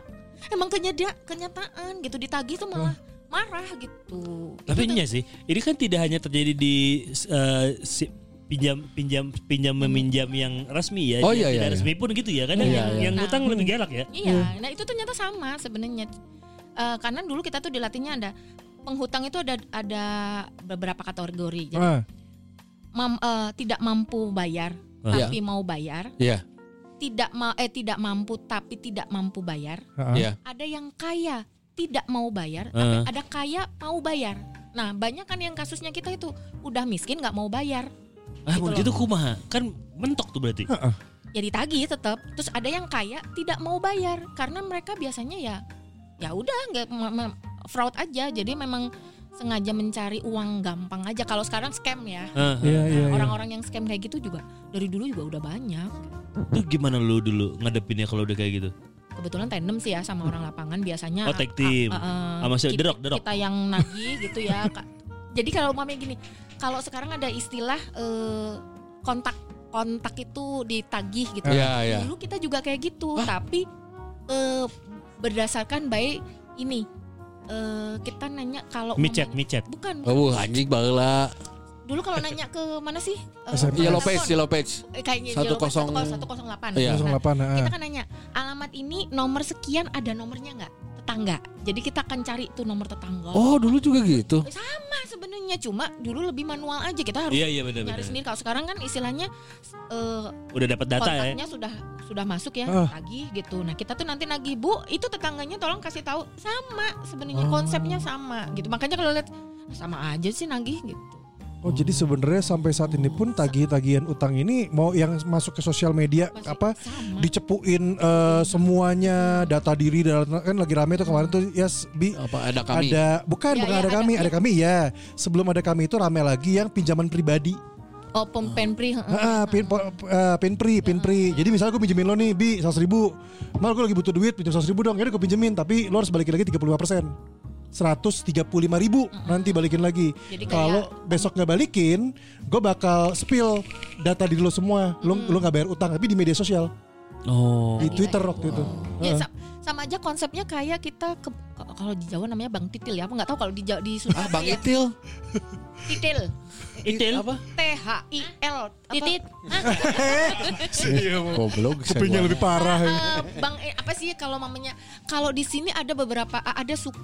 emang kenyataan kenyataan gitu ditagih tuh malah marah gitu Tapi Itu tuh- ini sih, ini kan tidak hanya terjadi di eh, si- pinjam pinjam pinjam meminjam yang resmi ya. Oh, yang iya, tidak iya, resmi pun gitu ya. Kan yang, Iya, iya. yang utang lebih galak ya. Iya, nah itu ternyata sama sebenarnya. Eh, karena dulu kita tuh dilatihnya ada penghutang itu ada ada beberapa kategori. Jadi nah, Ah, mam- eh, tidak mampu bayar Iya. tapi mau bayar, Iya. tidak ma eh tidak mampu tapi tidak mampu bayar. ah, ah. Iya. Ah. Ada yang kaya tidak mau bayar, tapi Eh. ada kaya mau bayar. Nah banyak kan yang kasusnya kita itu udah miskin nggak mau bayar, Ah, Gitu mau loh. gitu kumaha. Kan mentok tuh berarti. ya ditagih tetap. Terus ada yang kaya tidak mau bayar karena mereka biasanya ya ya udah nggak me- me- fraud aja. Jadi memang sengaja mencari uang gampang aja. Kalau sekarang scam ya. Iya, Ah, Nah, iya, iya. Orang-orang yang scam kayak gitu juga dari dulu juga udah banyak. Itu gimana lu dulu ngadepinnya kalau udah kayak gitu? kebetulan tandem sih ya sama orang lapangan biasanya Oh, tag team. ah, ah, Sama si kita, The Rock, The Rock. kita yang nagih gitu (laughs) ya Kak. jadi kalau umpamanya gini kalau sekarang ada istilah eh, kontak kontak itu ditagih gitu Iya, iya. dulu kita juga kayak gitu tapi eh, berdasarkan baik ini eh, kita nanya kalau Micet, umpamanya- micet. bukan bukan. Oh, anjing baheula. dulu kalau nanya ke mana sih Eh, SMP. Yellow telepon. page, yellow page. Eh, kayaknya 10 108. Iya. Nah, 08 ah. kita kan nanya alamat ini nomor sekian ada nomornya nggak tetangga jadi kita akan cari tuh nomor tetangga Oh, dulu juga gitu. Nah, sebenarnya cuma dulu lebih manual aja kita harus Iya iya benar benar. nyari sendiri kalau sekarang kan istilahnya eh, Udah dapat data ya. kontaknya sudah sudah masuk ya Ah. lagi gitu nah kita tuh nanti nagih bu itu tetangganya tolong kasih tahu sama Oh. sebenarnya konsepnya sama gitu makanya kalau lihat sama aja sih nagih gitu Oh jadi sebenarnya sampai saat ini pun tagih-tagihan utang ini mau yang masuk ke sosial media Masih apa sama dicepuin eh, semuanya data diri dan kan lagi rame tuh kemarin tuh yes bi Apa ada kami? ada bukan Ya, bukan ya, ada, ada kami Bi. ada kami ya sebelum ada kami itu rame lagi yang pinjaman pribadi oh pom penpri heeh. Ah, ah, pin po- eh, pin pri pin pri jadi misalnya gue pinjemin lo nih bi 100 ribu mal gue lagi butuh duit pinjam 100 ribu dong ya gue pinjemin tapi lo harus balikin lagi 35 persen 135 ribu nanti balikin lagi Jadi kayak- kalau besok nggak balikin gue bakal spill data diri lo semua lo Mm. lo nggak bayar utang tapi di media sosial Oh. di Lagi, Twitter lagi. waktu itu Ya, sa- sama aja konsepnya kayak kita ke k- kalau di Jawa namanya Bang Titil ya, aku nggak tahu kalau di Jawa di Sunda Ah, Bang ya. Itil. Titil. Itil. T H I L Titit. Goblok. kupingnya lebih parah ya. bang eh, apa sih kalau mamanya kalau di sini ada beberapa a- ada suku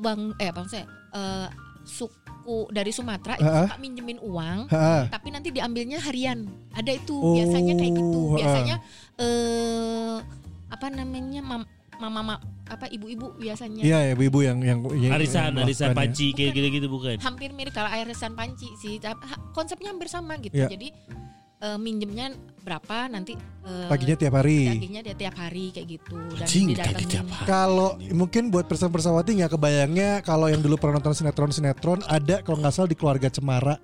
bang eh bang saya eh, suku dari Sumatera itu Ah, ah. suka minjemin uang Ah, tapi nanti diambilnya harian. Ada itu Oh, biasanya kayak gitu. ah. Biasanya eh apa namanya mam- mama mama apa ibu-ibu biasanya Iya ya ibu-ibu yang yang yang- Arisan, yang melakukan arisan ya. panci kayak gitu-gitu bukan. hampir mirip kalau arisan panci sih Ta- ha- konsepnya hampir sama gitu Iya. jadi eh, minjemnya berapa nanti eh, Taginya tiap hari. taginya dia tiap hari kayak gitu dan Anjing, didatengin. tagih tiap hari. Kalau mungkin buat persen persawati nggak kebayangnya kalau yang dulu pernah nonton sinetron sinetron ada kalau nggak salah di keluarga Cemara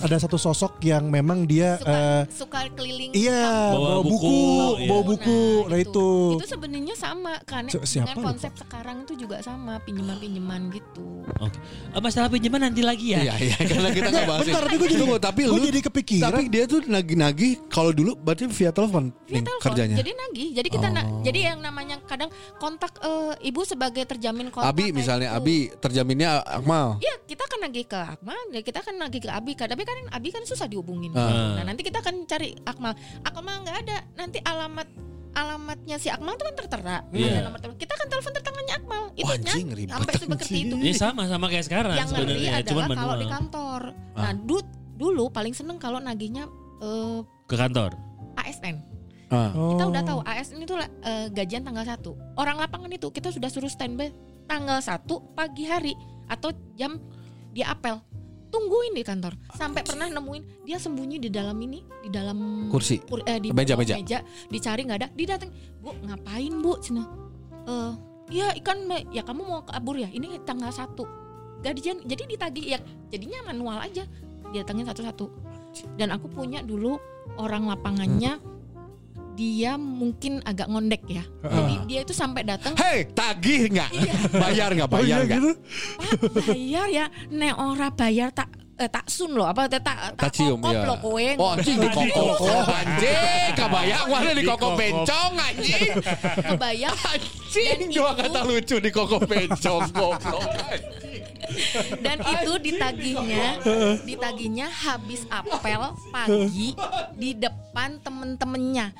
ada satu sosok yang memang dia suka, eh, suka keliling iya bawa Bawa buku, buku, bawa iya. buku. Nah itu itu sebenarnya sama karena Si- siapa dengan konsep sekarang itu juga sama pinjaman-pinjaman gitu Oke. Eh, Masalah pinjaman nanti lagi ya. Iya, iya, karena kita nggak bahas Bentar, tapi gue jadi- Tunggu, tapi Gua lu jadi kepikiran. Tapi dia tuh nagih-nagih kalau dulu berarti via telepon Via nih, telepon. kerjanya. Oh. Jadi nagih. Jadi kita na- jadi yang namanya kadang kontak eh, ibu sebagai terjamin kontak. Abi kayak misalnya gitu. Abi terjaminnya Akmal. Iya, kita akan nagih ke Akmal, ya kita akan nagih ke Abi. Kadang- Tapi kan Abi kan susah dihubungin. Ah. Nah, nanti kita akan cari Akmal. Akmal nggak ada. Nanti alamat alamatnya si Akmal itu kan tertera. Ada Iya. nomor telepon. Kita akan telepon tetangganya Akmal. Itu Wah, kan anjing, ribet sampai seperti itu. Iya sama sama kayak sekarang yang ngeri sebenarnya cuman adalah kalau manual. di kantor. Nah, du- dulu paling seneng kalau nagihnya eh, Ke kantor. ASN. Oh. Ah. Kita udah tahu ASN itu lah, eh, gajian tanggal 1. Orang lapangan itu kita sudah suruh standby tanggal 1 pagi hari atau jam dia apel. Tungguin di kantor. Sampai pernah nemuin dia sembunyi di dalam ini, di dalam Kursi. kur- eh, di Meja, bawah meja. dicari nggak ada, didateng. Bu, ngapain, Bu? Cina. Eh, ya ikan me- ya kamu mau kabur ya. Ini tanggal 1. Gajian jadi ditagih ya jadinya manual aja. Didatengin satu-satu. Dan aku punya dulu orang lapangannya Hmm. dia mungkin agak ngondek ya. Jadi dia itu sampai datang Hei, tagih nggak? Iya. Bayar nggak? Oh, Bayar nggak? gitu. bayar ya, ne ora bayar tak eh, tak sun loh apa tak tak Tak cium, kokop iya. loh kowe. Oh anjing di koko anjing Kebayang mana di koko Dikokok. bencong anjing (laughs) Kebayang Anjing Dan dua itu- kata lucu di koko bencong goblok dan itu ditagihnya (laughs) ditagihnya habis apel pagi di depan temen-temennya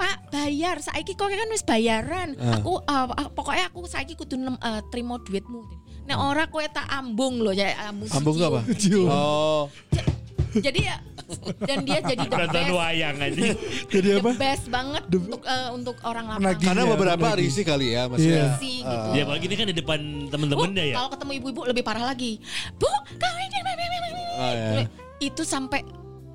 Pak bayar saiki kok kan wis bayaran Ah. aku eh, eh, pokoknya aku saiki kudu nem, eh, terima duitmu Nah ora kowe tak ambung loh jadi ambung, Ambung siji. apa? Oh jadi ya dan dia jadi the Nonton best wayang (laughs) aja. (laughs) jadi the apa best banget untuk eh, untuk orang Menagih. lapangan Karena Iya, beberapa lagi. risi kali ya Maksudnya Risi, gitu. eh, Ya apalagi ini kan di depan Bu, temen-temennya ya. kalau ketemu ibu-ibu lebih parah lagi bu kawin oh, ya. Iya. itu sampai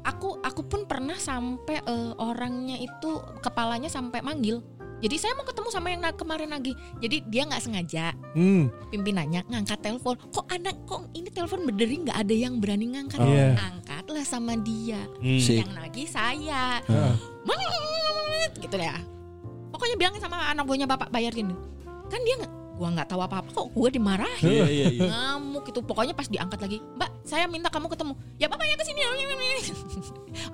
aku aku pun pernah sampai eh, orangnya itu kepalanya sampai manggil jadi saya mau ketemu sama yang na- kemarin lagi jadi dia nggak sengaja hmm. pimpinannya ngangkat telepon kok anak kok ini telepon berdering nggak ada yang berani ngangkat Iya. angkatlah sama dia Hmm. Si- yang lagi saya Heeh. Menget, gitu deh pokoknya pokoknya bilangin sama anak buahnya bapak bayarin kan dia nggak gua nggak tahu apa apa kok gua dimarahin Iya iya iya. ngamuk itu pokoknya pas diangkat lagi mbak saya minta kamu ketemu ya bapaknya kesini (laughs)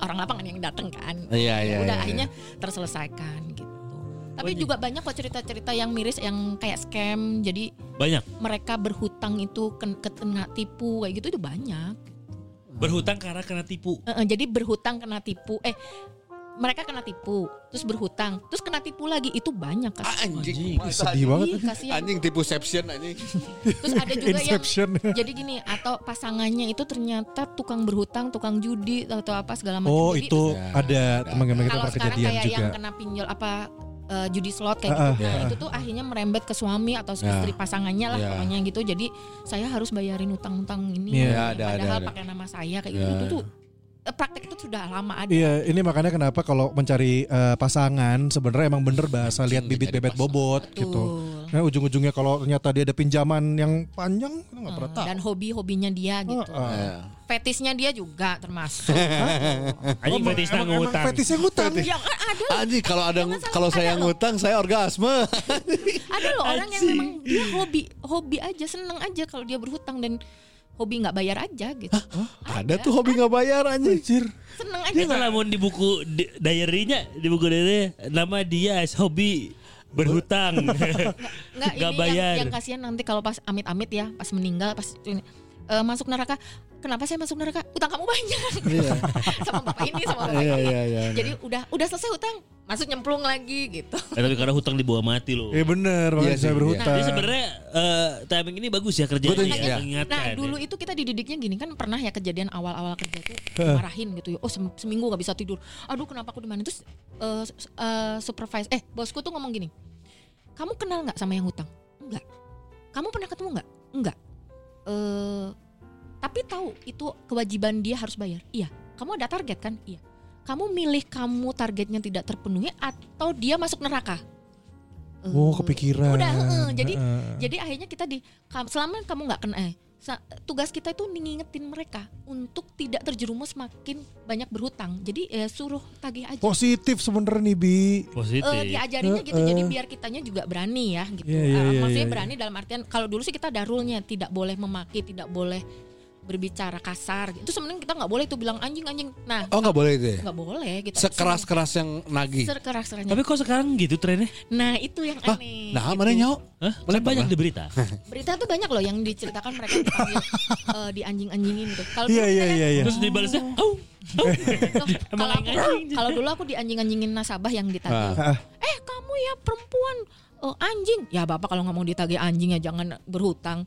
orang lapangan yang datang kan Iya iya. Oh, udah iya. akhirnya terselesaikan gitu tapi juga banyak kok cerita-cerita yang miris yang kayak scam jadi Banyak. mereka berhutang itu ken- kena tipu kayak gitu itu banyak Berhutang karena kena tipu. Eh, eh, jadi berhutang kena tipu eh mereka kena tipu terus berhutang terus kena tipu lagi itu banyak Ah, kan anjing. Ih, sedih banget. Ih, kasihan. Anjing tipu sepsian anjing. terus ada juga yang Inception. jadi gini atau pasangannya itu ternyata tukang berhutang tukang judi atau apa (laughs) segala macam Oh Jadi, itu Nah, ada teman-teman kita kalau pernah sekarang kejadian kayak juga. yang kena pinjol apa eh, judi slot kayak Ah, gitu nah, ah, itu tuh akhirnya merembet ke suami atau Ya. istri pasangannya lah Ya. pokoknya gitu jadi saya harus bayarin utang-utang ini Iya, ya, ada, ada, padahal ada. pakai nama saya kayak Ya, gitu itu ya. tuh eh, praktek itu sudah lama ada Iya, ini makanya kenapa kalau mencari eh, pasangan sebenarnya emang bener bahasa lihat bibit Mencari bebet pasangan. bobot gitu. Betul. Nah, ujung-ujungnya kalau ternyata dia ada pinjaman yang panjang kita nggak pernah Eh, tahu. dan hobi-hobinya dia gitu Ah, ah. fetisnya dia juga termasuk Anjing Eh, Emang- fetisnya emang- emang ngutang. Fetisnya ngutang. yang ada loh Anjing kalau ada Jangan sampai kalau saya Iya. ada loh. ngutang saya orgasme. ada loh orang yang memang dia hobi hobi aja seneng aja kalau dia berhutang dan hobi nggak bayar aja gitu ada tuh hobi nggak bayar anjing. seneng aja Dia Ya, kalau mau di buku di, diary-nya, di buku diary nama dia is hobi (laughs) berhutang. Nggak, Nggak ini bayar. Yang, yang kasihan nanti kalau pas amit-amit ya, pas meninggal, pas ini, eh, masuk neraka. Kenapa saya masuk neraka? Utang kamu banyak. Iya. (laughs) sama bapak ini, sama bapak Iya ini. iya iya. Jadi udah udah selesai utang, masuk nyemplung lagi gitu. Eh, tapi karena hutang dibawa mati loh. Iya bener, Iya makanya sih, saya iya. berhutang. Jadi sebenarnya eh, timing ini bagus ya kerjanya Betul, ya, iya. mengingatkan Nah ya. dulu itu kita dididiknya gini kan pernah ya kejadian awal-awal kerja tuh marahin gitu ya. Oh sem- seminggu nggak bisa tidur. Aduh kenapa aku dimana terus eh, s- eh, supervise eh bosku tuh ngomong gini. Kamu kenal nggak sama yang hutang? Enggak. Kamu pernah ketemu nggak? Enggak. Eh tapi tahu itu kewajiban dia harus bayar. Iya. Kamu ada target kan? Iya. Kamu milih kamu targetnya tidak terpenuhi atau dia masuk neraka? Eh, Oh, kepikiran. Udah, heeh. jadi Heeh. jadi akhirnya kita di kam- selama kamu nggak kena eh, sa- tugas kita itu ngingetin mereka untuk tidak terjerumus makin banyak berhutang. Jadi eh, suruh tagih aja. positif sebenarnya nih Bi. positif. Eh, diajarinnya gitu Eh, eh. jadi biar kitanya juga berani ya gitu. Iya, iya, Eh, iya, maksudnya iya. berani dalam artian kalau dulu sih kita ada rule-nya tidak boleh memaki, tidak boleh berbicara kasar. Itu sebenarnya kita nggak boleh tuh bilang anjing anjing. Nah, Oh nggak boleh itu ya? nggak boleh gitu. Sekeras keras yang nagih. sekeras Tapi kok sekarang gitu trennya? Nah, itu yang Hah? aneh. Nah gitu. mana nyok? Hah? Boleh Kan banyak apa? di (laughs) berita. Berita tuh banyak loh yang diceritakan mereka dipanggil, eh, di anjing-anjingin gitu. Kalau Iya dulu iya kita- iya iya. Terus dibalasnya, "Au." (laughs) Tuh, Emang kalau aku- anjing. kalau dulu aku dianjing-anjingin nasabah yang ditagih. Ah. Eh kamu ya perempuan eh, anjing. Ya bapak kalau ngomong ditagih anjing ya jangan berhutang.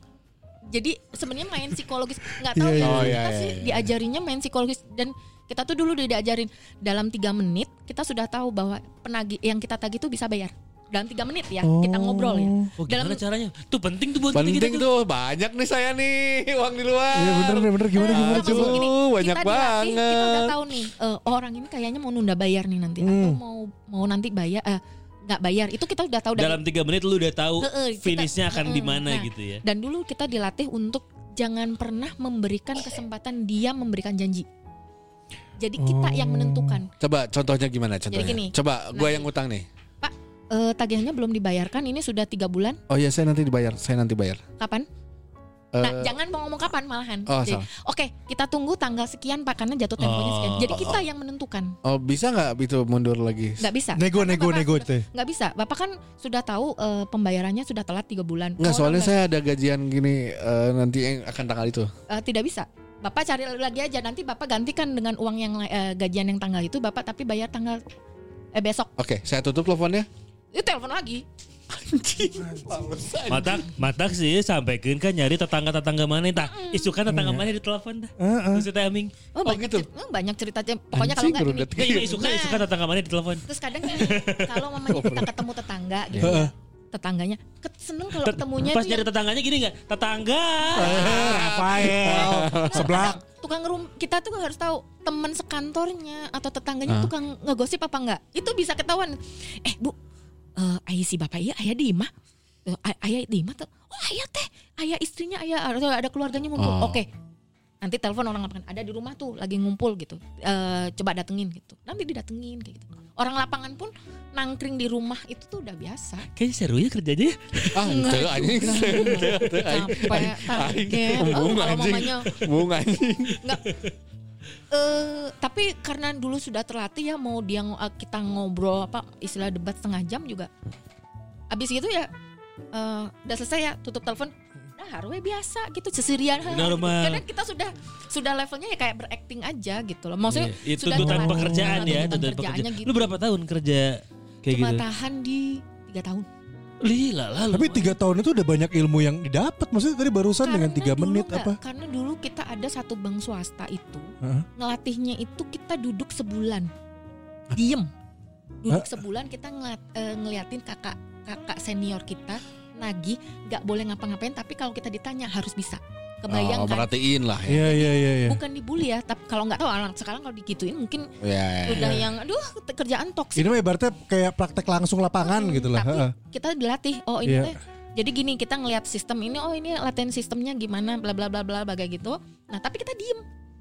Jadi sebenarnya main psikologis nggak Iya, tahu ya iya, kita iya, iya, sih iya. diajarinnya main psikologis dan kita tuh dulu udah diajarin dalam tiga menit kita sudah tahu bahwa penagih yang kita tagih tuh bisa bayar dalam tiga menit ya kita ngobrol ya. Oh, gimana Dalam- caranya? Tuh penting tuh buat kita Penting gitu. tuh banyak nih saya nih uang di luar. Iya bener deh, bener gimana gimana Nah, Aduh, maksudnya coba. gini, Oh, banyak kita dilatih, Kita udah banget. tahu nih eh, orang ini kayaknya mau nunda bayar nih nanti atau Hmm. mau mau nanti bayar eh, nggak bayar itu kita udah tahu dari- Dalam tiga menit lu udah tahu Heeh, kita- finishnya akan heeh, di mana nah. gitu ya. dan dulu kita dilatih untuk jangan pernah memberikan kesempatan dia memberikan janji. Jadi kita Oh. yang menentukan. Coba contohnya gimana contohnya? gini, Coba gue nanti- yang ngutang nih. Eh tagihannya belum dibayarkan, ini sudah tiga bulan. Oh ya saya nanti dibayar, saya nanti bayar. Kapan? Eh, nah, jangan mau ngomong kapan malahan. Oh, Jadi, salah. Oke, kita tunggu tanggal sekian pak karena jatuh temponya sekian. Jadi kita yang menentukan. oh bisa nggak itu mundur lagi? Nggak bisa. Nego Karena nego Bapak nego sudah- teh. Nggak bisa. Bapak kan sudah tahu eh, pembayarannya sudah telat tiga bulan. Oh, Nggak Mau soalnya nambah- saya ada gajian gini eh, nanti yang akan tanggal itu. Eh, tidak bisa. Bapak cari lagi aja nanti Bapak gantikan dengan uang yang la- eh, gajian yang tanggal itu Bapak tapi bayar tanggal eh besok. Oke, saya tutup teleponnya. Itu telepon lagi. Matak, matak sih sampaikan kan nyari tetangga-tetangga mana tah. Isu kan Iya. tetangga mana di telepon dah. Terus (laughs) timing. Oh, banyak gitu. cer- eh, banyak cerita aja. Pokoknya kalau Anjing, nggak gerundet. gini. Nah, Iya, iya, isu kan isu kan tetangga mana di telepon. Terus kadang gini, kalau (laughs) Oh, mamanya kita ketemu tetangga gitu ya. Tetangganya ke- seneng kalau ketemunya Pas tuh nyari yang- tetangganya gini nggak? (laughs) Tetangga. Rafael, seblak. Ah. tukang rum kita tuh harus tahu teman sekantornya atau Ah. tetangganya tukang ngegosip apa enggak itu bisa ketahuan eh bu eh ayah si bapak iya ayah di imah Eh, ay- ayah di imah tuh oh ayah teh ayah istrinya ayah atau ada keluarganya Oh. ngumpul oke nanti telepon orang apa ada di rumah tuh lagi ngumpul gitu Eh coba datengin gitu nanti didatengin kayak gitu orang lapangan pun nangkring di rumah itu tuh udah (laughs) biasa Kayaknya seru ya kerjanya. Ah, ente anjing. Ente, ente, Iya, aing. capek target oh, Embung kalau anjing. mamanya Embung anjing. (laughs) eh tapi karena dulu sudah terlatih ya mau dia ngo- eh, kita ngobrol apa istilah debat setengah jam juga abis gitu ya eh udah selesai ya tutup telepon nah harusnya biasa gitu sesirian ha, (laughs) gitu. Normal. karena kita sudah sudah levelnya ya kayak berakting aja gitu loh maksudnya Iya, itu sudah tuntutan terlatih. pekerjaan ya, Tuntutan tuntutan kerjaannya pekerjaan. gitu. Lu berapa tahun kerja kayak cuma gitu? tahan di tiga tahun Lila lah lu. Tapi tiga tahun itu udah banyak ilmu yang didapat. Maksudnya tadi barusan dengan Karena tiga dulu menit nggak- apa? karena dulu kita ada satu bank swasta itu Heeh. ngelatihnya itu kita duduk sebulan diem duduk sebulan kita ngelat, eh, ngeliatin kakak kakak senior kita nagih nggak boleh ngapa-ngapain tapi kalau kita ditanya harus bisa Oh, kebayang kan? merhatiin lah ya. Iya iya iya. iya. bukan dibully ya tapi kalau nggak tahu anak sekarang kalau digituin mungkin Ya. udah yang aduh kerjaan toksik Ini mah ibaratnya kayak praktek langsung lapangan Mm, gitu lah. Tapi Heeh. kita dilatih. Oh ini Iya. teh. Jadi gini kita ngelihat sistem ini. Oh ini latihan sistemnya gimana? Bla bla bla bla bagai gitu. Nah tapi kita diem.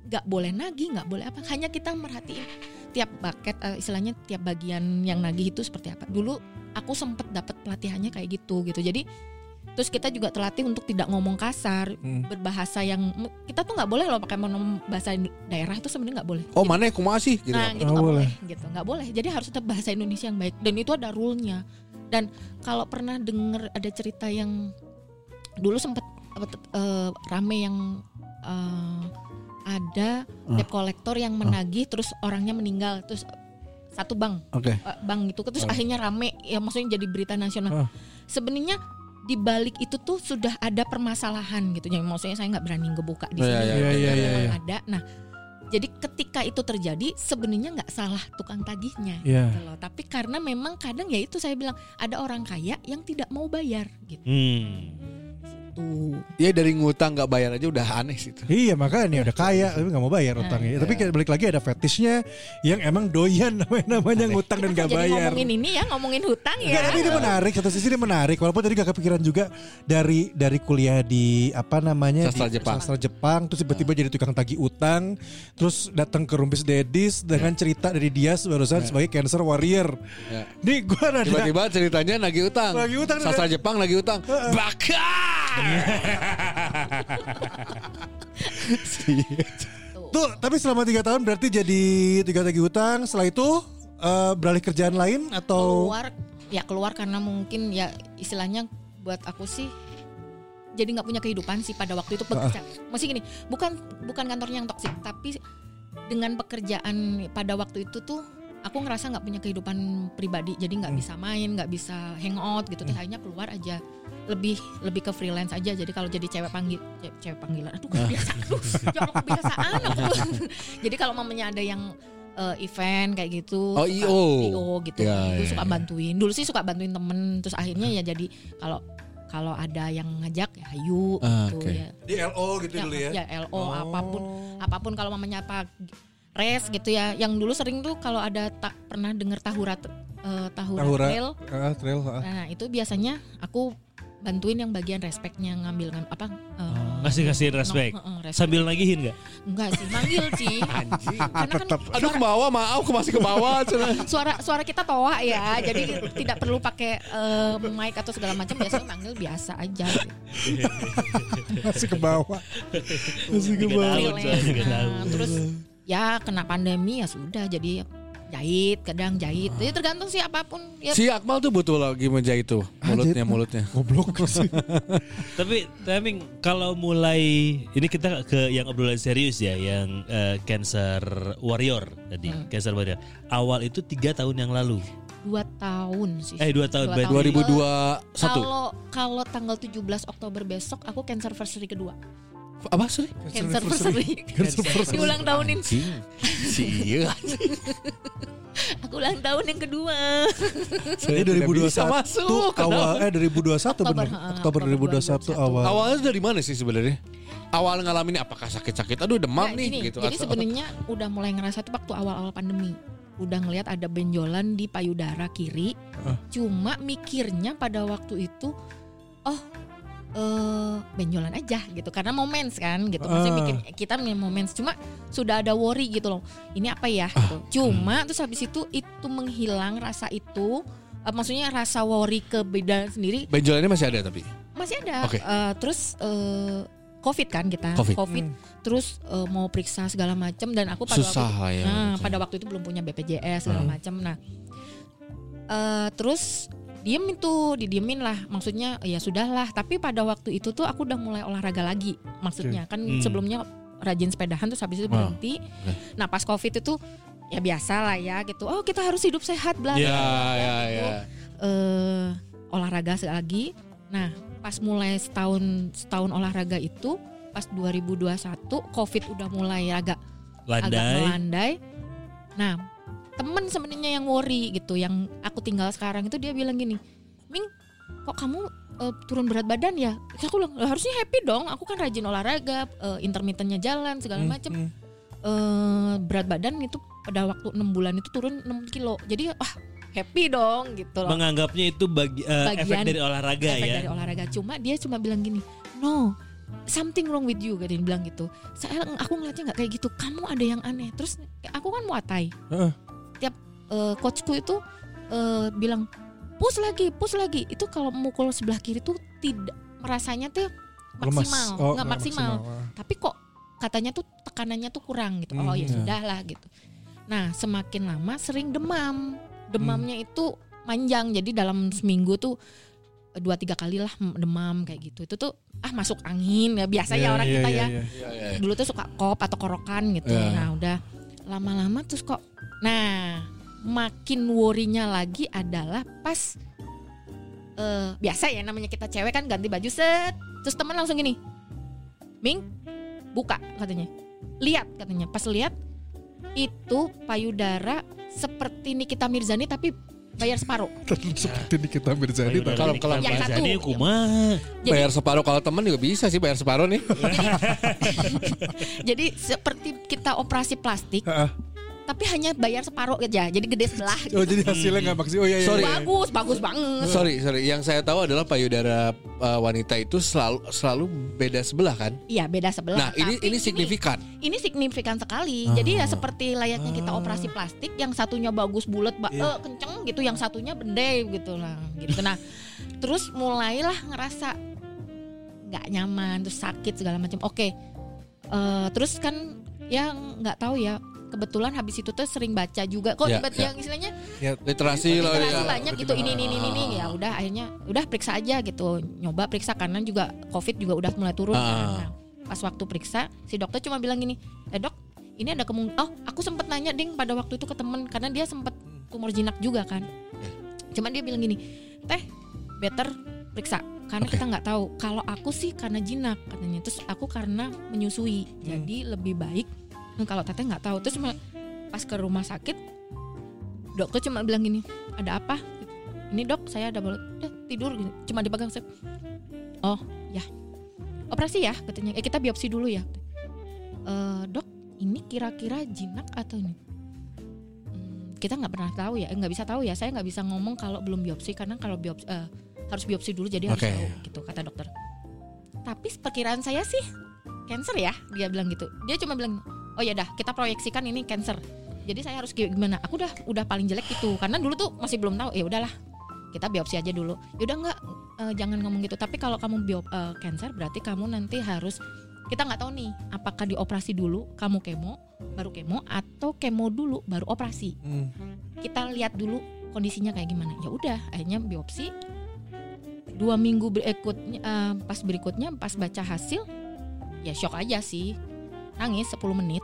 Gak boleh nagih, gak boleh apa. Hanya kita merhatiin tiap bucket, eh, istilahnya tiap bagian yang nagih itu seperti apa. Dulu aku sempet dapat pelatihannya kayak gitu gitu. Jadi terus kita juga terlatih untuk tidak ngomong kasar, Hmm. berbahasa yang kita tuh nggak boleh loh pakai monom bahasa daerah itu sebenarnya nggak boleh. Oh, mana kumaha sih gitu. Nah, gitu Nggak nggak boleh. boleh. gitu nggak boleh. Jadi harus tetap bahasa Indonesia yang baik. Dan itu ada rule-nya. Dan kalau pernah denger ada cerita yang dulu sempat rame yang eh, ada debt collector yang menagih, terus orangnya meninggal, terus satu bank, Oke. eh, bank itu, terus akhirnya rame, ya maksudnya jadi berita nasional. Sebenarnya di balik itu tuh sudah ada permasalahan gitu. Jadi maksudnya saya nggak berani ngebuka di sini. gitu kan. Iya, Iya iya iya. Memang iya. ada. Nah, jadi ketika itu terjadi sebenarnya nggak salah tukang tagihnya. Iya. gitu loh. Tapi karena memang kadang ya itu saya bilang ada orang kaya yang tidak mau bayar gitu. Hmm. Tuh. Ya dari ngutang nggak bayar aja udah aneh sih itu. Iya makanya udah kaya tapi nggak mau Nah, bayar iya. utangnya. Tapi kayak balik lagi ada fetishnya yang emang doyan (laughs) namanya ngutang dan Kita gak jadi bayar. ngomongin ini ya, ngomongin hutang Nggak, ya. tapi ini menarik satu sisi ini menarik walaupun tadi gak kepikiran juga dari dari kuliah di apa namanya Sastra di, Jepang. Nah. sastra Jepang terus tiba-tiba jadi tukang tagih utang terus datang ke Rumpis Dedis dengan Nah. cerita dari dia barusan sebagai cancer warrior. Ya. Nih gua ada Nah. Tiba-tiba ceritanya nagih Iya. utang. iya. Nagih utang, Sastra Jepang nagih utang. Bakar. tuh tapi selama tiga tahun berarti jadi tiga tagih utang setelah itu eh, beralih kerjaan lain atau keluar ya keluar karena mungkin ya istilahnya buat aku sih jadi nggak punya kehidupan sih pada waktu itu pekerja. Masih gini, bukan bukan kantornya yang toksik, tapi dengan pekerjaan pada waktu itu tuh aku ngerasa nggak punya kehidupan pribadi, jadi nggak bisa main, nggak bisa hangout gitu. Teh akhirnya keluar aja lebih lebih ke freelance aja. Jadi kalau jadi cewek panggil ce- cewek panggilan, aduh kebiasaan, aduh, ya Allah, kebiasaan. aku tuh. jadi kalau mamanya ada yang eh, event kayak gitu, Oh, suka- I.O. gitu, Ya, Dulu ya, suka ya. bantuin. Dulu sih suka bantuin temen, terus akhirnya ya jadi kalau kalau ada yang ngajak ya ayu Ah, gitu oke. ya di LO gitu dulu ya? ya LO apapun apapun kalau mamanya apa res gitu ya yang dulu sering tuh kalau ada tak pernah dengar tahura eh, tahura, Tahura. trail Ah, trail. ah. (laughs) nah itu biasanya aku bantuin yang bagian respeknya ngambil ngam- apa eh, Oh, Eh, Ngasih ngasih respect. Sambil nagihin nggak? enggak sih manggil (laughs) sih karena kan Aduh ke bawah maaf, aku masih ke (laughs) bawah. cenah. suara suara kita toa ya jadi tidak perlu pakai eh, mic atau segala macam biasanya manggil biasa aja Masih ke bawah. Masih ke Tiga bawah. tahun, Freelance. soalnya tiga Nah, tahun. terus ya kena pandemi ya sudah jadi jahit kadang jahit jadi tergantung sih apapun ya Si Akmal tuh butuh lagi menjahit tuh mulutnya mulutnya. Goblok sih. Tapi timing kalau mulai ini kita ke yang obrolan serius ya, yang eh, cancer warrior tadi, Hmm. cancer warrior. Awal itu tiga tahun yang lalu. dua tahun sih Eh dua tahun Dua berarti. tahun. 2021. kalau kalau tanggal 17 Oktober besok aku cancer anniversary kedua Apa sih? cancer anniversary diulang tahunin Anjing. Si iya. aku ulang tahun yang kedua Ini 2021 bisa masuk. awal eh 2021 Oktober, benar. ha, Oktober Oktober 2021 awal. (laughs) Awalnya dari mana sih sebenarnya? Awal ngalamin apakah sakit-sakit? Aduh demam Nah, nih gini, gitu. jadi Atau- sebenarnya udah mulai ngerasa tuh waktu awal-awal pandemi udah ngelihat ada benjolan di payudara kiri cuma mikirnya pada waktu itu oh eh benjolan aja gitu karena moments kan gitu maksudnya Ah. bikin kita punya moments cuma sudah ada worry gitu loh ini apa Ah, ya gitu. cuma hmm. terus habis itu itu menghilang rasa itu eh, maksudnya rasa worry ke beda sendiri Benjolannya masih ada tapi. masih ada Oke. Eh, terus eh, covid kan kita Covid. terus eh, mau periksa segala macam dan aku pada waktu Susah lah ya. Ah. Nah, pada waktu itu belum punya BPJS segala macam. Nah, eh, terus diem itu didiemin lah maksudnya ya sudahlah tapi pada waktu itu tuh aku udah mulai olahraga lagi maksudnya kan Hmm. sebelumnya rajin sepedahan terus habis itu Wow. berhenti Oke. nah pas covid itu ya biasa lah ya gitu oh kita harus hidup sehat Iya. bla bla, Ya, bla, ya, gitu. ya. Eh, olahraga sekali lagi nah pas mulai setahun setahun olahraga itu pas 2021 covid udah mulai agak agak landai melandai. Nah, temen sebenarnya yang worry gitu, yang aku tinggal sekarang itu dia bilang gini, Ming, kok kamu eh, turun berat badan ya? Terus aku bilang, "Lah, harusnya happy dong, aku kan rajin olahraga, eh, intermittennya jalan Hmm. segala macem. Eh, berat badan itu pada waktu enam bulan itu turun 6 kilo, jadi wah happy dong gitu loh. menganggapnya itu bagi, eh, Bagian- efek dari olahraga Efek ya. dari olahraga. Cuma dia cuma bilang gini, no, something wrong with you, dia bilang gitu. Saya aku ngeliatnya nggak kayak gitu. Kamu ada yang aneh. Terus kayak aku kan muatai. Heeh. Tiap eh, coachku itu eh, bilang push lagi, push lagi. Itu kalau mukul sebelah kiri tuh tidak merasanya tuh Lemas. maksimal, Oh, nggak maksimal. maksimal. Tapi kok katanya tuh tekanannya tuh kurang gitu. Hmm, oh ya iya. sudah lah gitu. Nah semakin lama sering demam. Demamnya Hmm. itu panjang. Jadi dalam seminggu tuh eh, dua tiga kali lah demam kayak gitu itu tuh ah masuk angin ya biasa ya Iya, orang iya, kita iya, ya iya. Ya, ya, ya. dulu tuh suka kop atau korokan gitu Iya. nah udah lama-lama terus kok nah makin worrynya lagi adalah pas eh biasa ya namanya kita cewek kan ganti baju set terus teman langsung gini Ming buka katanya lihat katanya pas lihat itu payudara seperti Nikita Mirzani tapi bayar separuh (laughs) Seperti Nikita Mirzani Payudara Kalau- ini kalau- kan Yang bahasa satu. ini kumaha. Jadi- Bayar separuh kalau temen juga bisa sih bayar separuh (laughs) nih. Jadi seperti kita operasi plastik, Heeh. tapi hanya bayar separuh aja. Jadi gede sebelah. gitu. Oh jadi hasilnya nggak maksimal. Oh iya iya. Sorry. iya. Bagus, bagus banget. sorry, sorry. Yang saya tahu adalah payudara eh, wanita itu selalu selalu beda sebelah kan. Iya, beda sebelah. Nah, ini Tapi ini Ah. signifikan. Ini, signifikan sekali. Jadi ya seperti layaknya kita operasi plastik, yang satunya bagus bulat, ba- eh, kenceng gitu, yang satunya bende gitu lah. Gitu. Nah, (laughs) terus mulailah ngerasa nggak nyaman, terus sakit segala macam. Oke, Eh, terus kan yang nggak tahu ya. Kebetulan habis itu tuh sering baca juga kok Ya, tiba ya. yang istilahnya Literasi lah Literasi ya. banyak gitu ini ini ini ini, Ah. ini. ya udah akhirnya udah periksa aja gitu nyoba periksa karena juga covid juga udah mulai turun kan. Ah. Nah, pas waktu periksa si dokter cuma bilang gini eh dok ini ada kemungkinan oh aku sempet nanya ding pada waktu itu ke temen karena dia sempet kumur jinak juga kan Eh. cuman dia bilang gini teh better periksa karena Oke. kita nggak tahu kalau aku sih karena jinak katanya terus aku karena Hmm. menyusui jadi lebih baik "Hmm, kalau teteh nggak tahu terus me- pas ke rumah sakit dokter cuma bilang gini ada apa ini dok saya ada bolot udah tidur gini. cuma dipegang saya oh ya operasi ya katanya eh kita biopsi dulu ya "Eh, dok ini kira-kira jinak atau ini "Hmm, kita nggak pernah tahu ya Eh, nggak bisa tahu ya saya nggak bisa ngomong kalau belum biopsi karena kalau biopsi eh, harus biopsi dulu jadi harus Oke. tahu gitu kata dokter tapi perkiraan saya sih cancer ya dia bilang gitu dia cuma bilang oh ya dah kita proyeksikan ini cancer jadi saya harus kayak gimana aku udah udah paling jelek itu karena dulu tuh masih belum tahu ya udahlah kita biopsi aja dulu yaudah nggak eh, jangan ngomong gitu tapi kalau kamu biop eh, cancer berarti kamu nanti harus kita nggak tahu nih apakah dioperasi dulu kamu kemo baru kemo atau kemo dulu baru operasi Hmm. kita lihat dulu kondisinya kayak gimana ya udah akhirnya biopsi dua minggu berikutnya eh, pas berikutnya pas baca hasil ya shock aja sih nangis 10 menit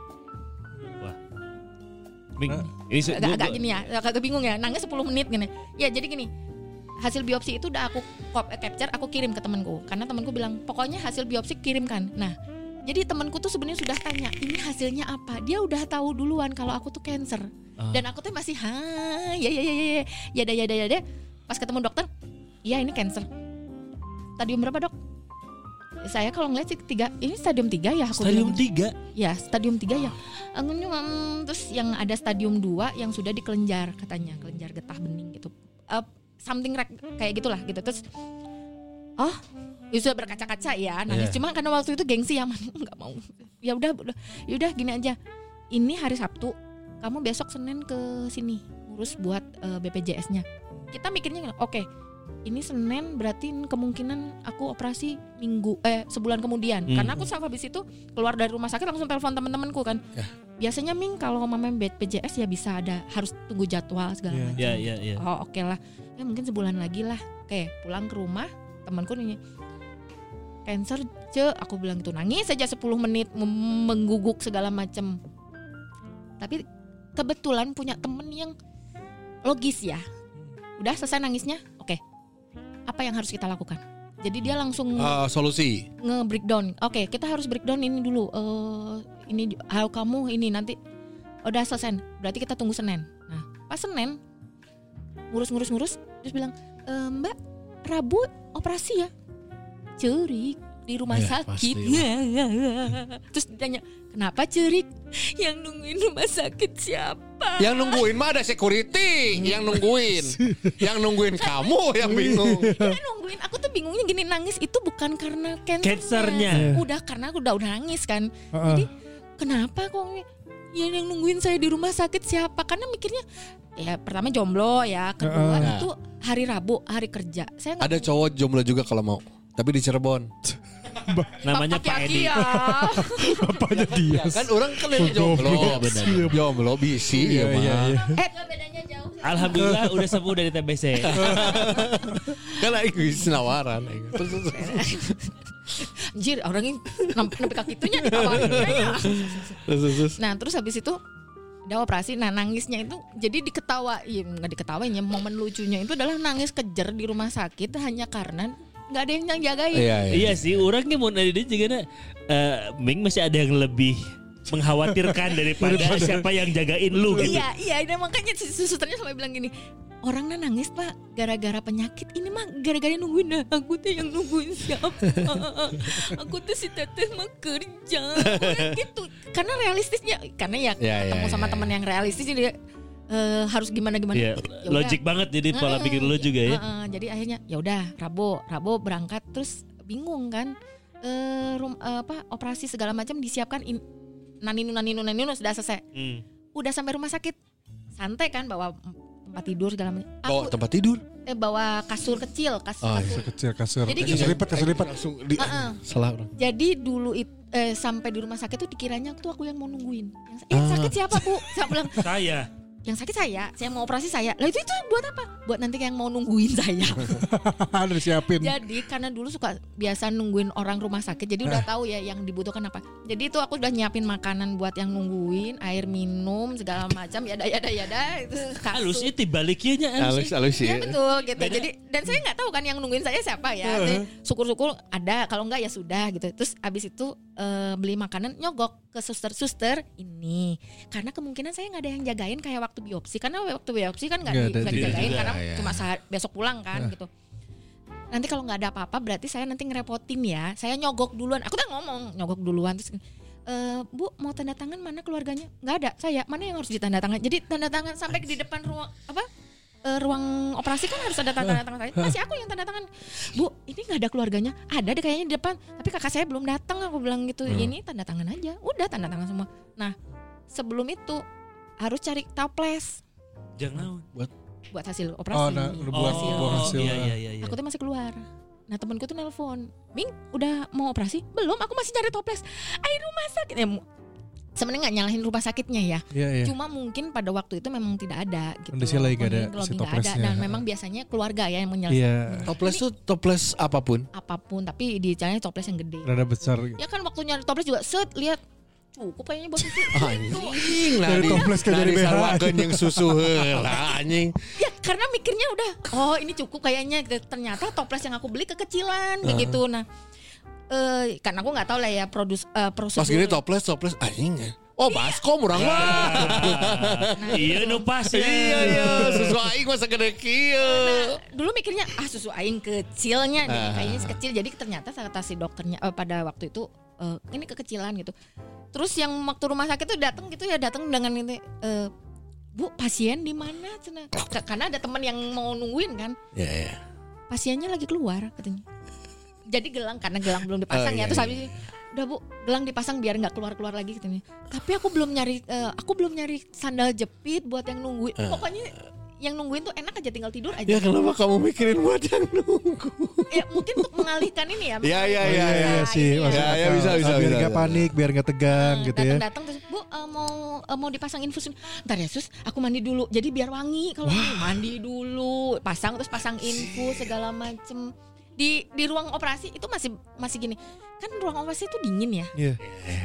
Ming, ini se- gua- agak, agak gua- gini ya agak bingung ya nangis 10 menit gini ya jadi gini hasil biopsi itu udah aku cop- eh, capture aku kirim ke temanku karena temanku bilang pokoknya hasil biopsi kirimkan nah jadi temanku tuh sebenarnya sudah tanya ini hasilnya apa dia udah tahu duluan kalau aku tuh cancer Ah. dan aku tuh masih ha ya ya ya ya ya yada yada yada pas ketemu dokter iya ini cancer stadium berapa dok saya kalau ngeliat sih tiga ini stadium tiga ya aku Stadium bilang. 3 Ya, stadium 3 ya. Angunnya, mm, terus yang ada stadium 2 yang sudah di kelenjar katanya, kelenjar getah bening gitu. Eh, something rek- kayak gitulah gitu. Terus oh ya sudah berkaca-kaca ya nangis Iya. cuma karena waktu itu gengsi ya (laughs) man nggak mau ya udah udah- ya udah gini aja ini hari Sabtu kamu besok Senin ke sini ngurus buat eh, BPJS-nya kita mikirnya gini, oke ini Senin berarti kemungkinan aku operasi minggu eh sebulan kemudian Hmm. karena aku sama habis itu keluar dari rumah sakit langsung telepon temen-temenku kan biasanya Ming kalau mama BPJS ya bisa ada harus tunggu jadwal segala Iya. macam Ya ya ya. oh oke lah ya mungkin sebulan lagi lah oke pulang ke rumah temanku nih cancer ce aku bilang gitu nangis saja 10 menit mem- mengguguk segala macem tapi kebetulan punya temen yang logis ya udah selesai nangisnya oke apa yang harus kita lakukan jadi dia langsung Eh, solusi nge-breakdown. Oke, kita harus breakdown ini dulu. Eh ini hal kamu ini nanti udah selesai. Berarti kita tunggu Senin. Nah, pas Senin ngurus-ngurus-ngurus terus bilang, "E, "Mbak, Rabu operasi ya?" Cerik di rumah Ya, sakit. pasti (laughs) terus ditanya, "Kenapa cerik? Yang nungguin rumah sakit siapa?" yang nungguin mah ada security yang (laughs) nungguin yang nungguin kamu yang bingung Kita nungguin. Aku tuh bingungnya gini nangis itu bukan karena Cancernya. Iya. cancernya. Udah karena aku udah udah nangis kan. Jadi kenapa kok ini- ya yang nungguin saya di rumah sakit siapa? Karena mikirnya ya pertama jomblo ya, kedua Heeh. itu hari Rabu, hari kerja. Saya nggak ada cowok jomblo juga kalau mau tapi di Cirebon Namanya Pak (laughs) Edi. Ya. Bapaknya dia. kan orang kan Oh, yang jomblo Iya, bener. jomblo bisi ya mah eh, bedanya jauh. Alhamdulillah udah sembuh dari TBC. kan lagi ngisi nawaran iya. terus terus- Anjir, orangnya namp- nampik kaki itunya ditawarin kayaknya. terus terus, terus. ya. Nah, terus habis itu udah operasi, nah nangisnya itu jadi diketawain, nggak diketawain ya, momen lucunya itu adalah nangis kejer di rumah sakit hanya karena nggak ada yang yang jagain. iya iya iya sih, orangnya mau dari dia juga nah, eh, Ming masih ada yang lebih mengkhawatirkan daripada siapa yang jagain lu gitu. Iya, iya, ini makanya si susternya sampai bilang gini, orangnya nangis pak gara-gara penyakit ini mah gara-gara nungguin dah. aku tuh yang nungguin (laughs) siapa aku tuh si teteh mah kerja Orang gitu karena realistisnya karena ya Ya, ya, ketemu sama ya, teman yang realistis jadi eh, harus gimana gimana Iya, logik banget jadi pola pikir lu juga ya. jadi akhirnya ya udah Rabo Rabo berangkat terus bingung kan eh rum- eh, apa operasi segala macam disiapkan in, naninu naninu naninu sudah selesai Hmm. udah sampai rumah sakit santai kan bawa tempat tidur segala macam aku bawa tempat tidur eh, bawa kasur kecil kas- Oh, kasur Kecil kasur. Jadi Ah, gini. iya. Kasur lipat, kasur lipat. langsung di Heeh. salah orang jadi dulu it- eh, sampai di rumah sakit tuh dikiranya tuh aku yang mau nungguin yang, sa- Ah. yang sakit siapa bu saya bilang Saya. yang sakit saya saya mau operasi saya lah itu itu buat apa buat nanti yang mau nungguin (laughs) saya Ada disiapin. jadi karena dulu suka biasa nungguin orang rumah sakit jadi Ah. udah tahu ya yang dibutuhkan apa jadi itu aku udah nyiapin makanan buat yang nungguin air minum segala macam ya ada ya ada ya ada itu Halus kasur. itu baliknya halus. Alex Alex Ya ya betul gitu. Jadi dan saya nggak tahu kan yang nungguin saya siapa ya. Jadi, Syukur-syukur ada, kalau nggak ya sudah gitu. Terus abis itu eh, beli makanan nyogok ke suster-suster ini. Karena kemungkinan saya nggak ada yang jagain kayak waktu biopsi. Karena waktu biopsi kan nggak Nggak ada di- Iya, nggak dia dijagain juga, karena ya. cuma sehar- besok pulang kan Iya. gitu. Nanti kalau nggak ada apa-apa berarti saya nanti ngerepotin ya. Saya nyogok duluan. Aku tuh ngomong nyogok duluan terus Eh, bu mau tanda tangan mana keluarganya? Nggak ada. Saya mana yang harus ditanda tangan? Jadi tanda tangan sampai di depan ruang apa? Eh, ruang operasi kan harus ada tanda tangan saya. Masih aku yang tanda tangan. Bu, ini nggak ada keluarganya. Ada deh kayaknya di depan. Tapi kakak saya belum datang. Aku bilang gitu. Iya. Ini tanda tangan aja. Udah tanda tangan semua. Nah, sebelum itu harus cari toples Jangan. buat hasil Oh, operasi. nah, lu buang Hasil. buang hasil. iya iya iya. iya. Aku tuh masih keluar. Nah temanku tuh nelpon, Ming udah mau operasi? Belum, aku masih cari toples. Air rumah sakit. Ya, mu- sebenarnya nggak nyalahin rumah sakitnya ya. Iya, iya. Cuma mungkin pada waktu itu memang tidak ada gitu. Kondisi lagi nggak ada si Kondisi nggak ada. toplesnya. Dan memang biasanya keluarga ya yang menyelesaikan Iya. toples tuh toples apapun apapun. Tapi di caranya toples yang gede. Rada besar. Ya kan waktu nyari toples juga set lihat cukup kayaknya buat (laughs) itu. Ah, iya. anjing Dari toples ke dari BH. sarwakeun yang susu heula anjing ya karena mikirnya udah oh ini cukup kayaknya Gitu. ternyata toples yang aku beli kekecilan kayak gitu. Nah eh karena aku nggak tahu lah ya produs eh, prosedur. pas gini toples toples anjing oh baskom urang mah (laughs) Iya nu pas ya. iya iya susu aing masa gede kieu dulu mikirnya ah susu aing kecilnya nih, Nah. kayaknya kecil jadi ternyata kata si dokternya eh, pada waktu itu eh, ini kekecilan gitu terus yang waktu rumah sakit tuh datang gitu ya datang dengan ini eh, bu pasien di mana Cina?" Ka- karena ada teman yang mau nungguin kan iya iya pasiennya lagi keluar katanya jadi gelang karena gelang belum dipasang Oh, ya iya, terus iya. habis itu, udah bu gelang dipasang biar nggak keluar keluar lagi gitu nih tapi aku belum nyari eh, aku belum nyari sandal jepit buat yang nungguin Eh. pokoknya yang nungguin tuh enak aja tinggal tidur aja Ya kenapa kamu mikirin buat yang nunggu? ya mungkin untuk mengalihkan ini ya Ya ya ya iya, ya. iya, sih, iya. masuk Ya, ya, akal. bisa, bisa, biar bisa, nggak bisa. panik biar nggak tegang Hmm, gitu ya datang-datang terus bu eh, mau eh, mau dipasang infusin ntar ya sus aku mandi dulu jadi biar wangi kalau wangi, mandi dulu pasang terus pasang infus segala macem di di ruang operasi itu masih masih gini kan ruang operasi itu dingin ya Iya.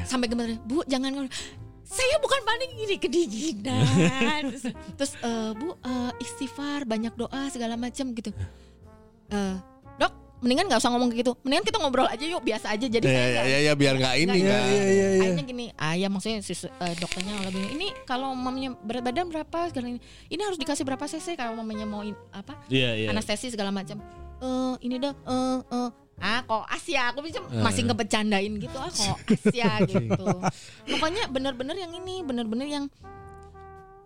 sampai gemeter bu jangan ngomong." saya bukan panik ini kedinginan (laughs) terus, terus, "Eh, bu eh, istighfar banyak doa segala macem gitu Iya. Eh, dok mendingan nggak usah ngomong kayak gitu mendingan kita ngobrol aja yuk biasa aja jadi Ya saya ya nggak- ya, ya biar nggak ini Nggak, kan. nggak. Akhirnya gini, ayah maksudnya si eh, dokternya lebih ini kalau mamanya berat badan berapa segala ini, ini harus dikasih berapa cc kalau mamanya mau in- apa Iya iya. anestesi segala macam. Eh ini dok, eh eh ah kok Asia aku bisa masih ngebecandain gitu ah kok Asia gitu. Pokoknya bener-bener yang ini, bener-bener yang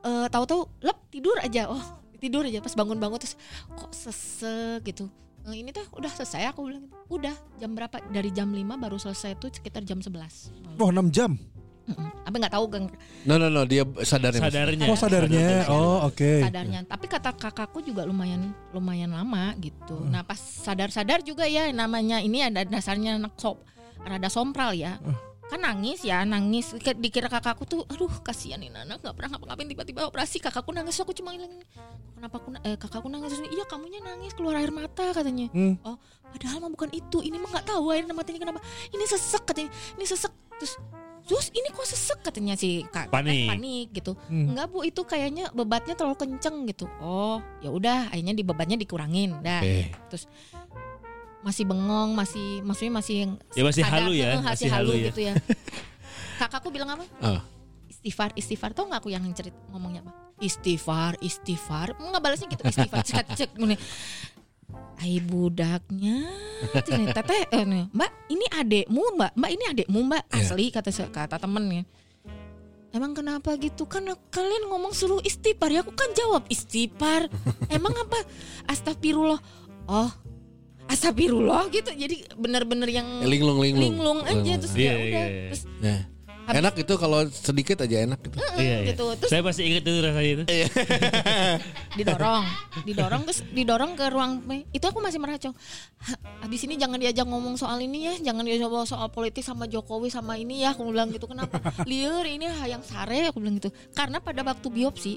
eh tahu-tahu lep tidur aja. Oh tidur aja pas bangun-bangun terus kok sesek gitu. "Eh, ini tuh udah selesai aku bilang gitu. Udah jam berapa? Dari jam 5 baru selesai tuh sekitar jam 11. oh 6 jam Mm-mm. Abang nggak tahu geng No no no dia sadarnya. Sadarnya. oh Iya, sadarnya oh oke sadarnya. Tapi kata kakakku juga lumayan lumayan lama gitu. Nah pas sadar-sadar juga ya namanya ini ada dasarnya anak sop rada sompral ya. Kan nangis ya nangis. Ke- Dikira kakakku tuh aduh kasihan ini anak nggak pernah ngapa-ngapain tiba-tiba operasi kakakku nangis aku cuma bilang kenapa aku na- eh, kakakku nangis Terus, iya kamunya nangis keluar air mata katanya. Hmm. Oh padahal mah bukan itu ini mah nggak tahu air matanya kenapa ini sesek katanya ini sesek terus terus ini kok sesek katanya si kak Panik. panik gitu Hmm. Enggak bu itu kayaknya bebatnya terlalu kenceng gitu. Oh ya udah akhirnya di bebatnya dikurangin dah. Oke. Terus masih bengong masih maksudnya masih yang Ya, masih halu ya, eh, masih masih halu, halu ya. (laughs) Oh. gitu ya. Kakakku bilang apa? Ah. Istighfar istighfar tau nggak aku yang cerit ngomongnya apa? Istighfar istighfar nggak balasnya gitu istighfar cek cek gini. Hai budaknya, Cini, teteh, eh, nih, mbak ini adekmu mbak, mbak ini adekmu mbak Iya. asli kata se- kata temennya. Emang kenapa gitu? Kan kalian ngomong suruh istighfar ya aku kan jawab (laughs) istighfar. Emang apa? Astagfirullah. Oh, astagfirullah gitu. Jadi bener-bener yang Linglung linglung. linglung aja terus Iya, ya iya, udah. iya. Terus Nah. Enak itu kalau sedikit aja enak gitu. Iya, iya. gitu. Terus Saya pasti ingat itu rasanya itu. didorong, didorong terus didorong ke ruang itu aku masih meracau. Habis ini jangan diajak ngomong soal ini ya, jangan diajak ngomong soal politik sama Jokowi sama ini ya, aku bilang gitu kenapa? Liur ini hayang sare aku bilang gitu. Karena pada waktu biopsi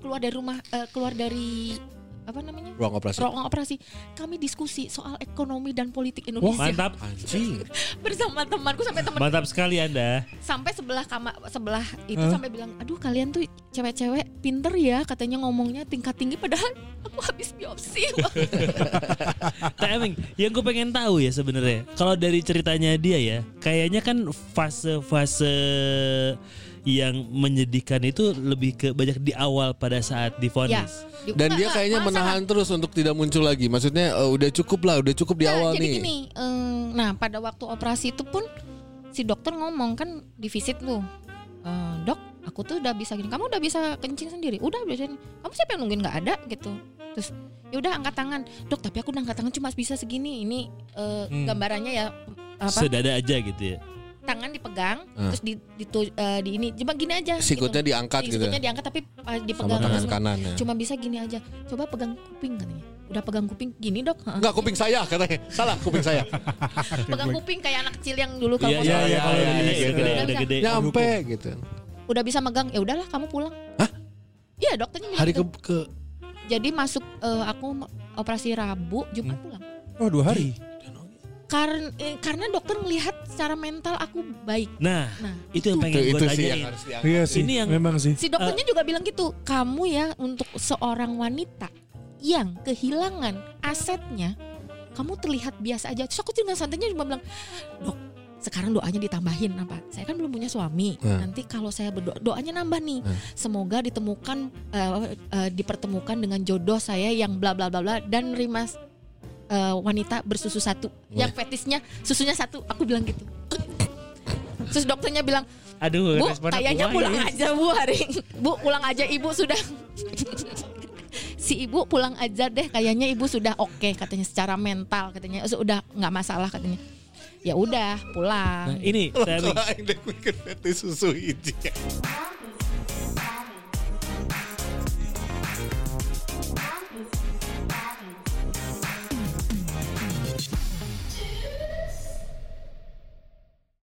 keluar dari rumah eh, keluar dari apa namanya? Ruang operasi. Ruang operasi. Kami diskusi soal ekonomi dan politik Indonesia Mantap, Anjing. (laughs) bersama temanku sampai teman mantap sekali Anda. sampai sebelah kamar sebelah itu Hmm? sampai bilang aduh kalian tuh cewek-cewek pinter ya katanya ngomongnya tingkat tinggi padahal (laughs) aku habis biopsi (laughs) Timing. Yang gue pengen tahu ya sebenarnya, kalau dari ceritanya dia ya, kayaknya kan fase-fase yang menyedihkan itu lebih ke banyak di awal pada saat ya difonis. Di- Dan dia enggak, enggak, kayaknya malah salah. menahan terus untuk tidak muncul lagi. Maksudnya eh, udah cukup lah, udah cukup di Nah, awal jadi nih. gini em, nah pada waktu operasi itu pun si dokter ngomong kan di visit lu "Eh, dok aku tuh udah bisa gini kamu udah bisa kencing sendiri udah udah jadi. kamu siapa yang nungguin nggak ada gitu terus ya udah angkat tangan dok tapi aku udah angkat tangan cuma bisa segini ini eh, Hmm. gambarannya ya apa Sedada aja gitu ya. tangan dipegang Ah. terus di ditu- eh, di ini cuma gini aja Sikutnya gitu. diangkat gitu. Sikutnya diangkat tapi eh, Sama dipegang tangan terus. kanan ya. cuma bisa gini aja coba pegang kuping katanya udah pegang kuping gini dok (laughs) ha, Enggak kuping saya katanya. Salah kuping saya. pegang kuping kayak anak kecil yang dulu Iya kalau ya, mau iya sholat. iya kalau iya, udah (laughs) iya, gede, udah iya. gede, udah gede. Nyampe gitu. udah bisa megang ya udahlah kamu pulang iya dokternya bilang Hari ke, gitu. ke jadi masuk eh, aku ma- operasi Rabu Jumat pulang oh dua hari karena karena dokter melihat secara mental aku baik Nah, Nah, itu yang itu, pengen gue itu sih yang tanyain. harus diangkat. iya sih Ini yang- memang sih Si dokternya juga bilang gitu, kamu ya untuk seorang wanita yang kehilangan asetnya, kamu terlihat biasa aja. Terus aku dengan santainya cuma bilang, dok, sekarang doanya ditambahin apa? Saya kan belum punya suami. Hmm. Nanti kalau saya berdoa, doanya nambah nih. Hmm. Semoga ditemukan, eh, eh, dipertemukan dengan jodoh saya yang bla bla bla bla dan rimas eh, wanita bersusu satu, yang fetisnya susunya satu. Aku bilang gitu. Terus dokternya bilang, Aduh, Bu, responnya kayaknya kumaha pulang ya? aja Bu hari. Bu, pulang aja Ibu sudah. (laughs) si ibu pulang aja deh kayaknya ibu sudah oke katanya secara mental katanya sudah nggak masalah katanya ya udah pulang Nah, Ini, Timing. Lain deh mikir susu hiji.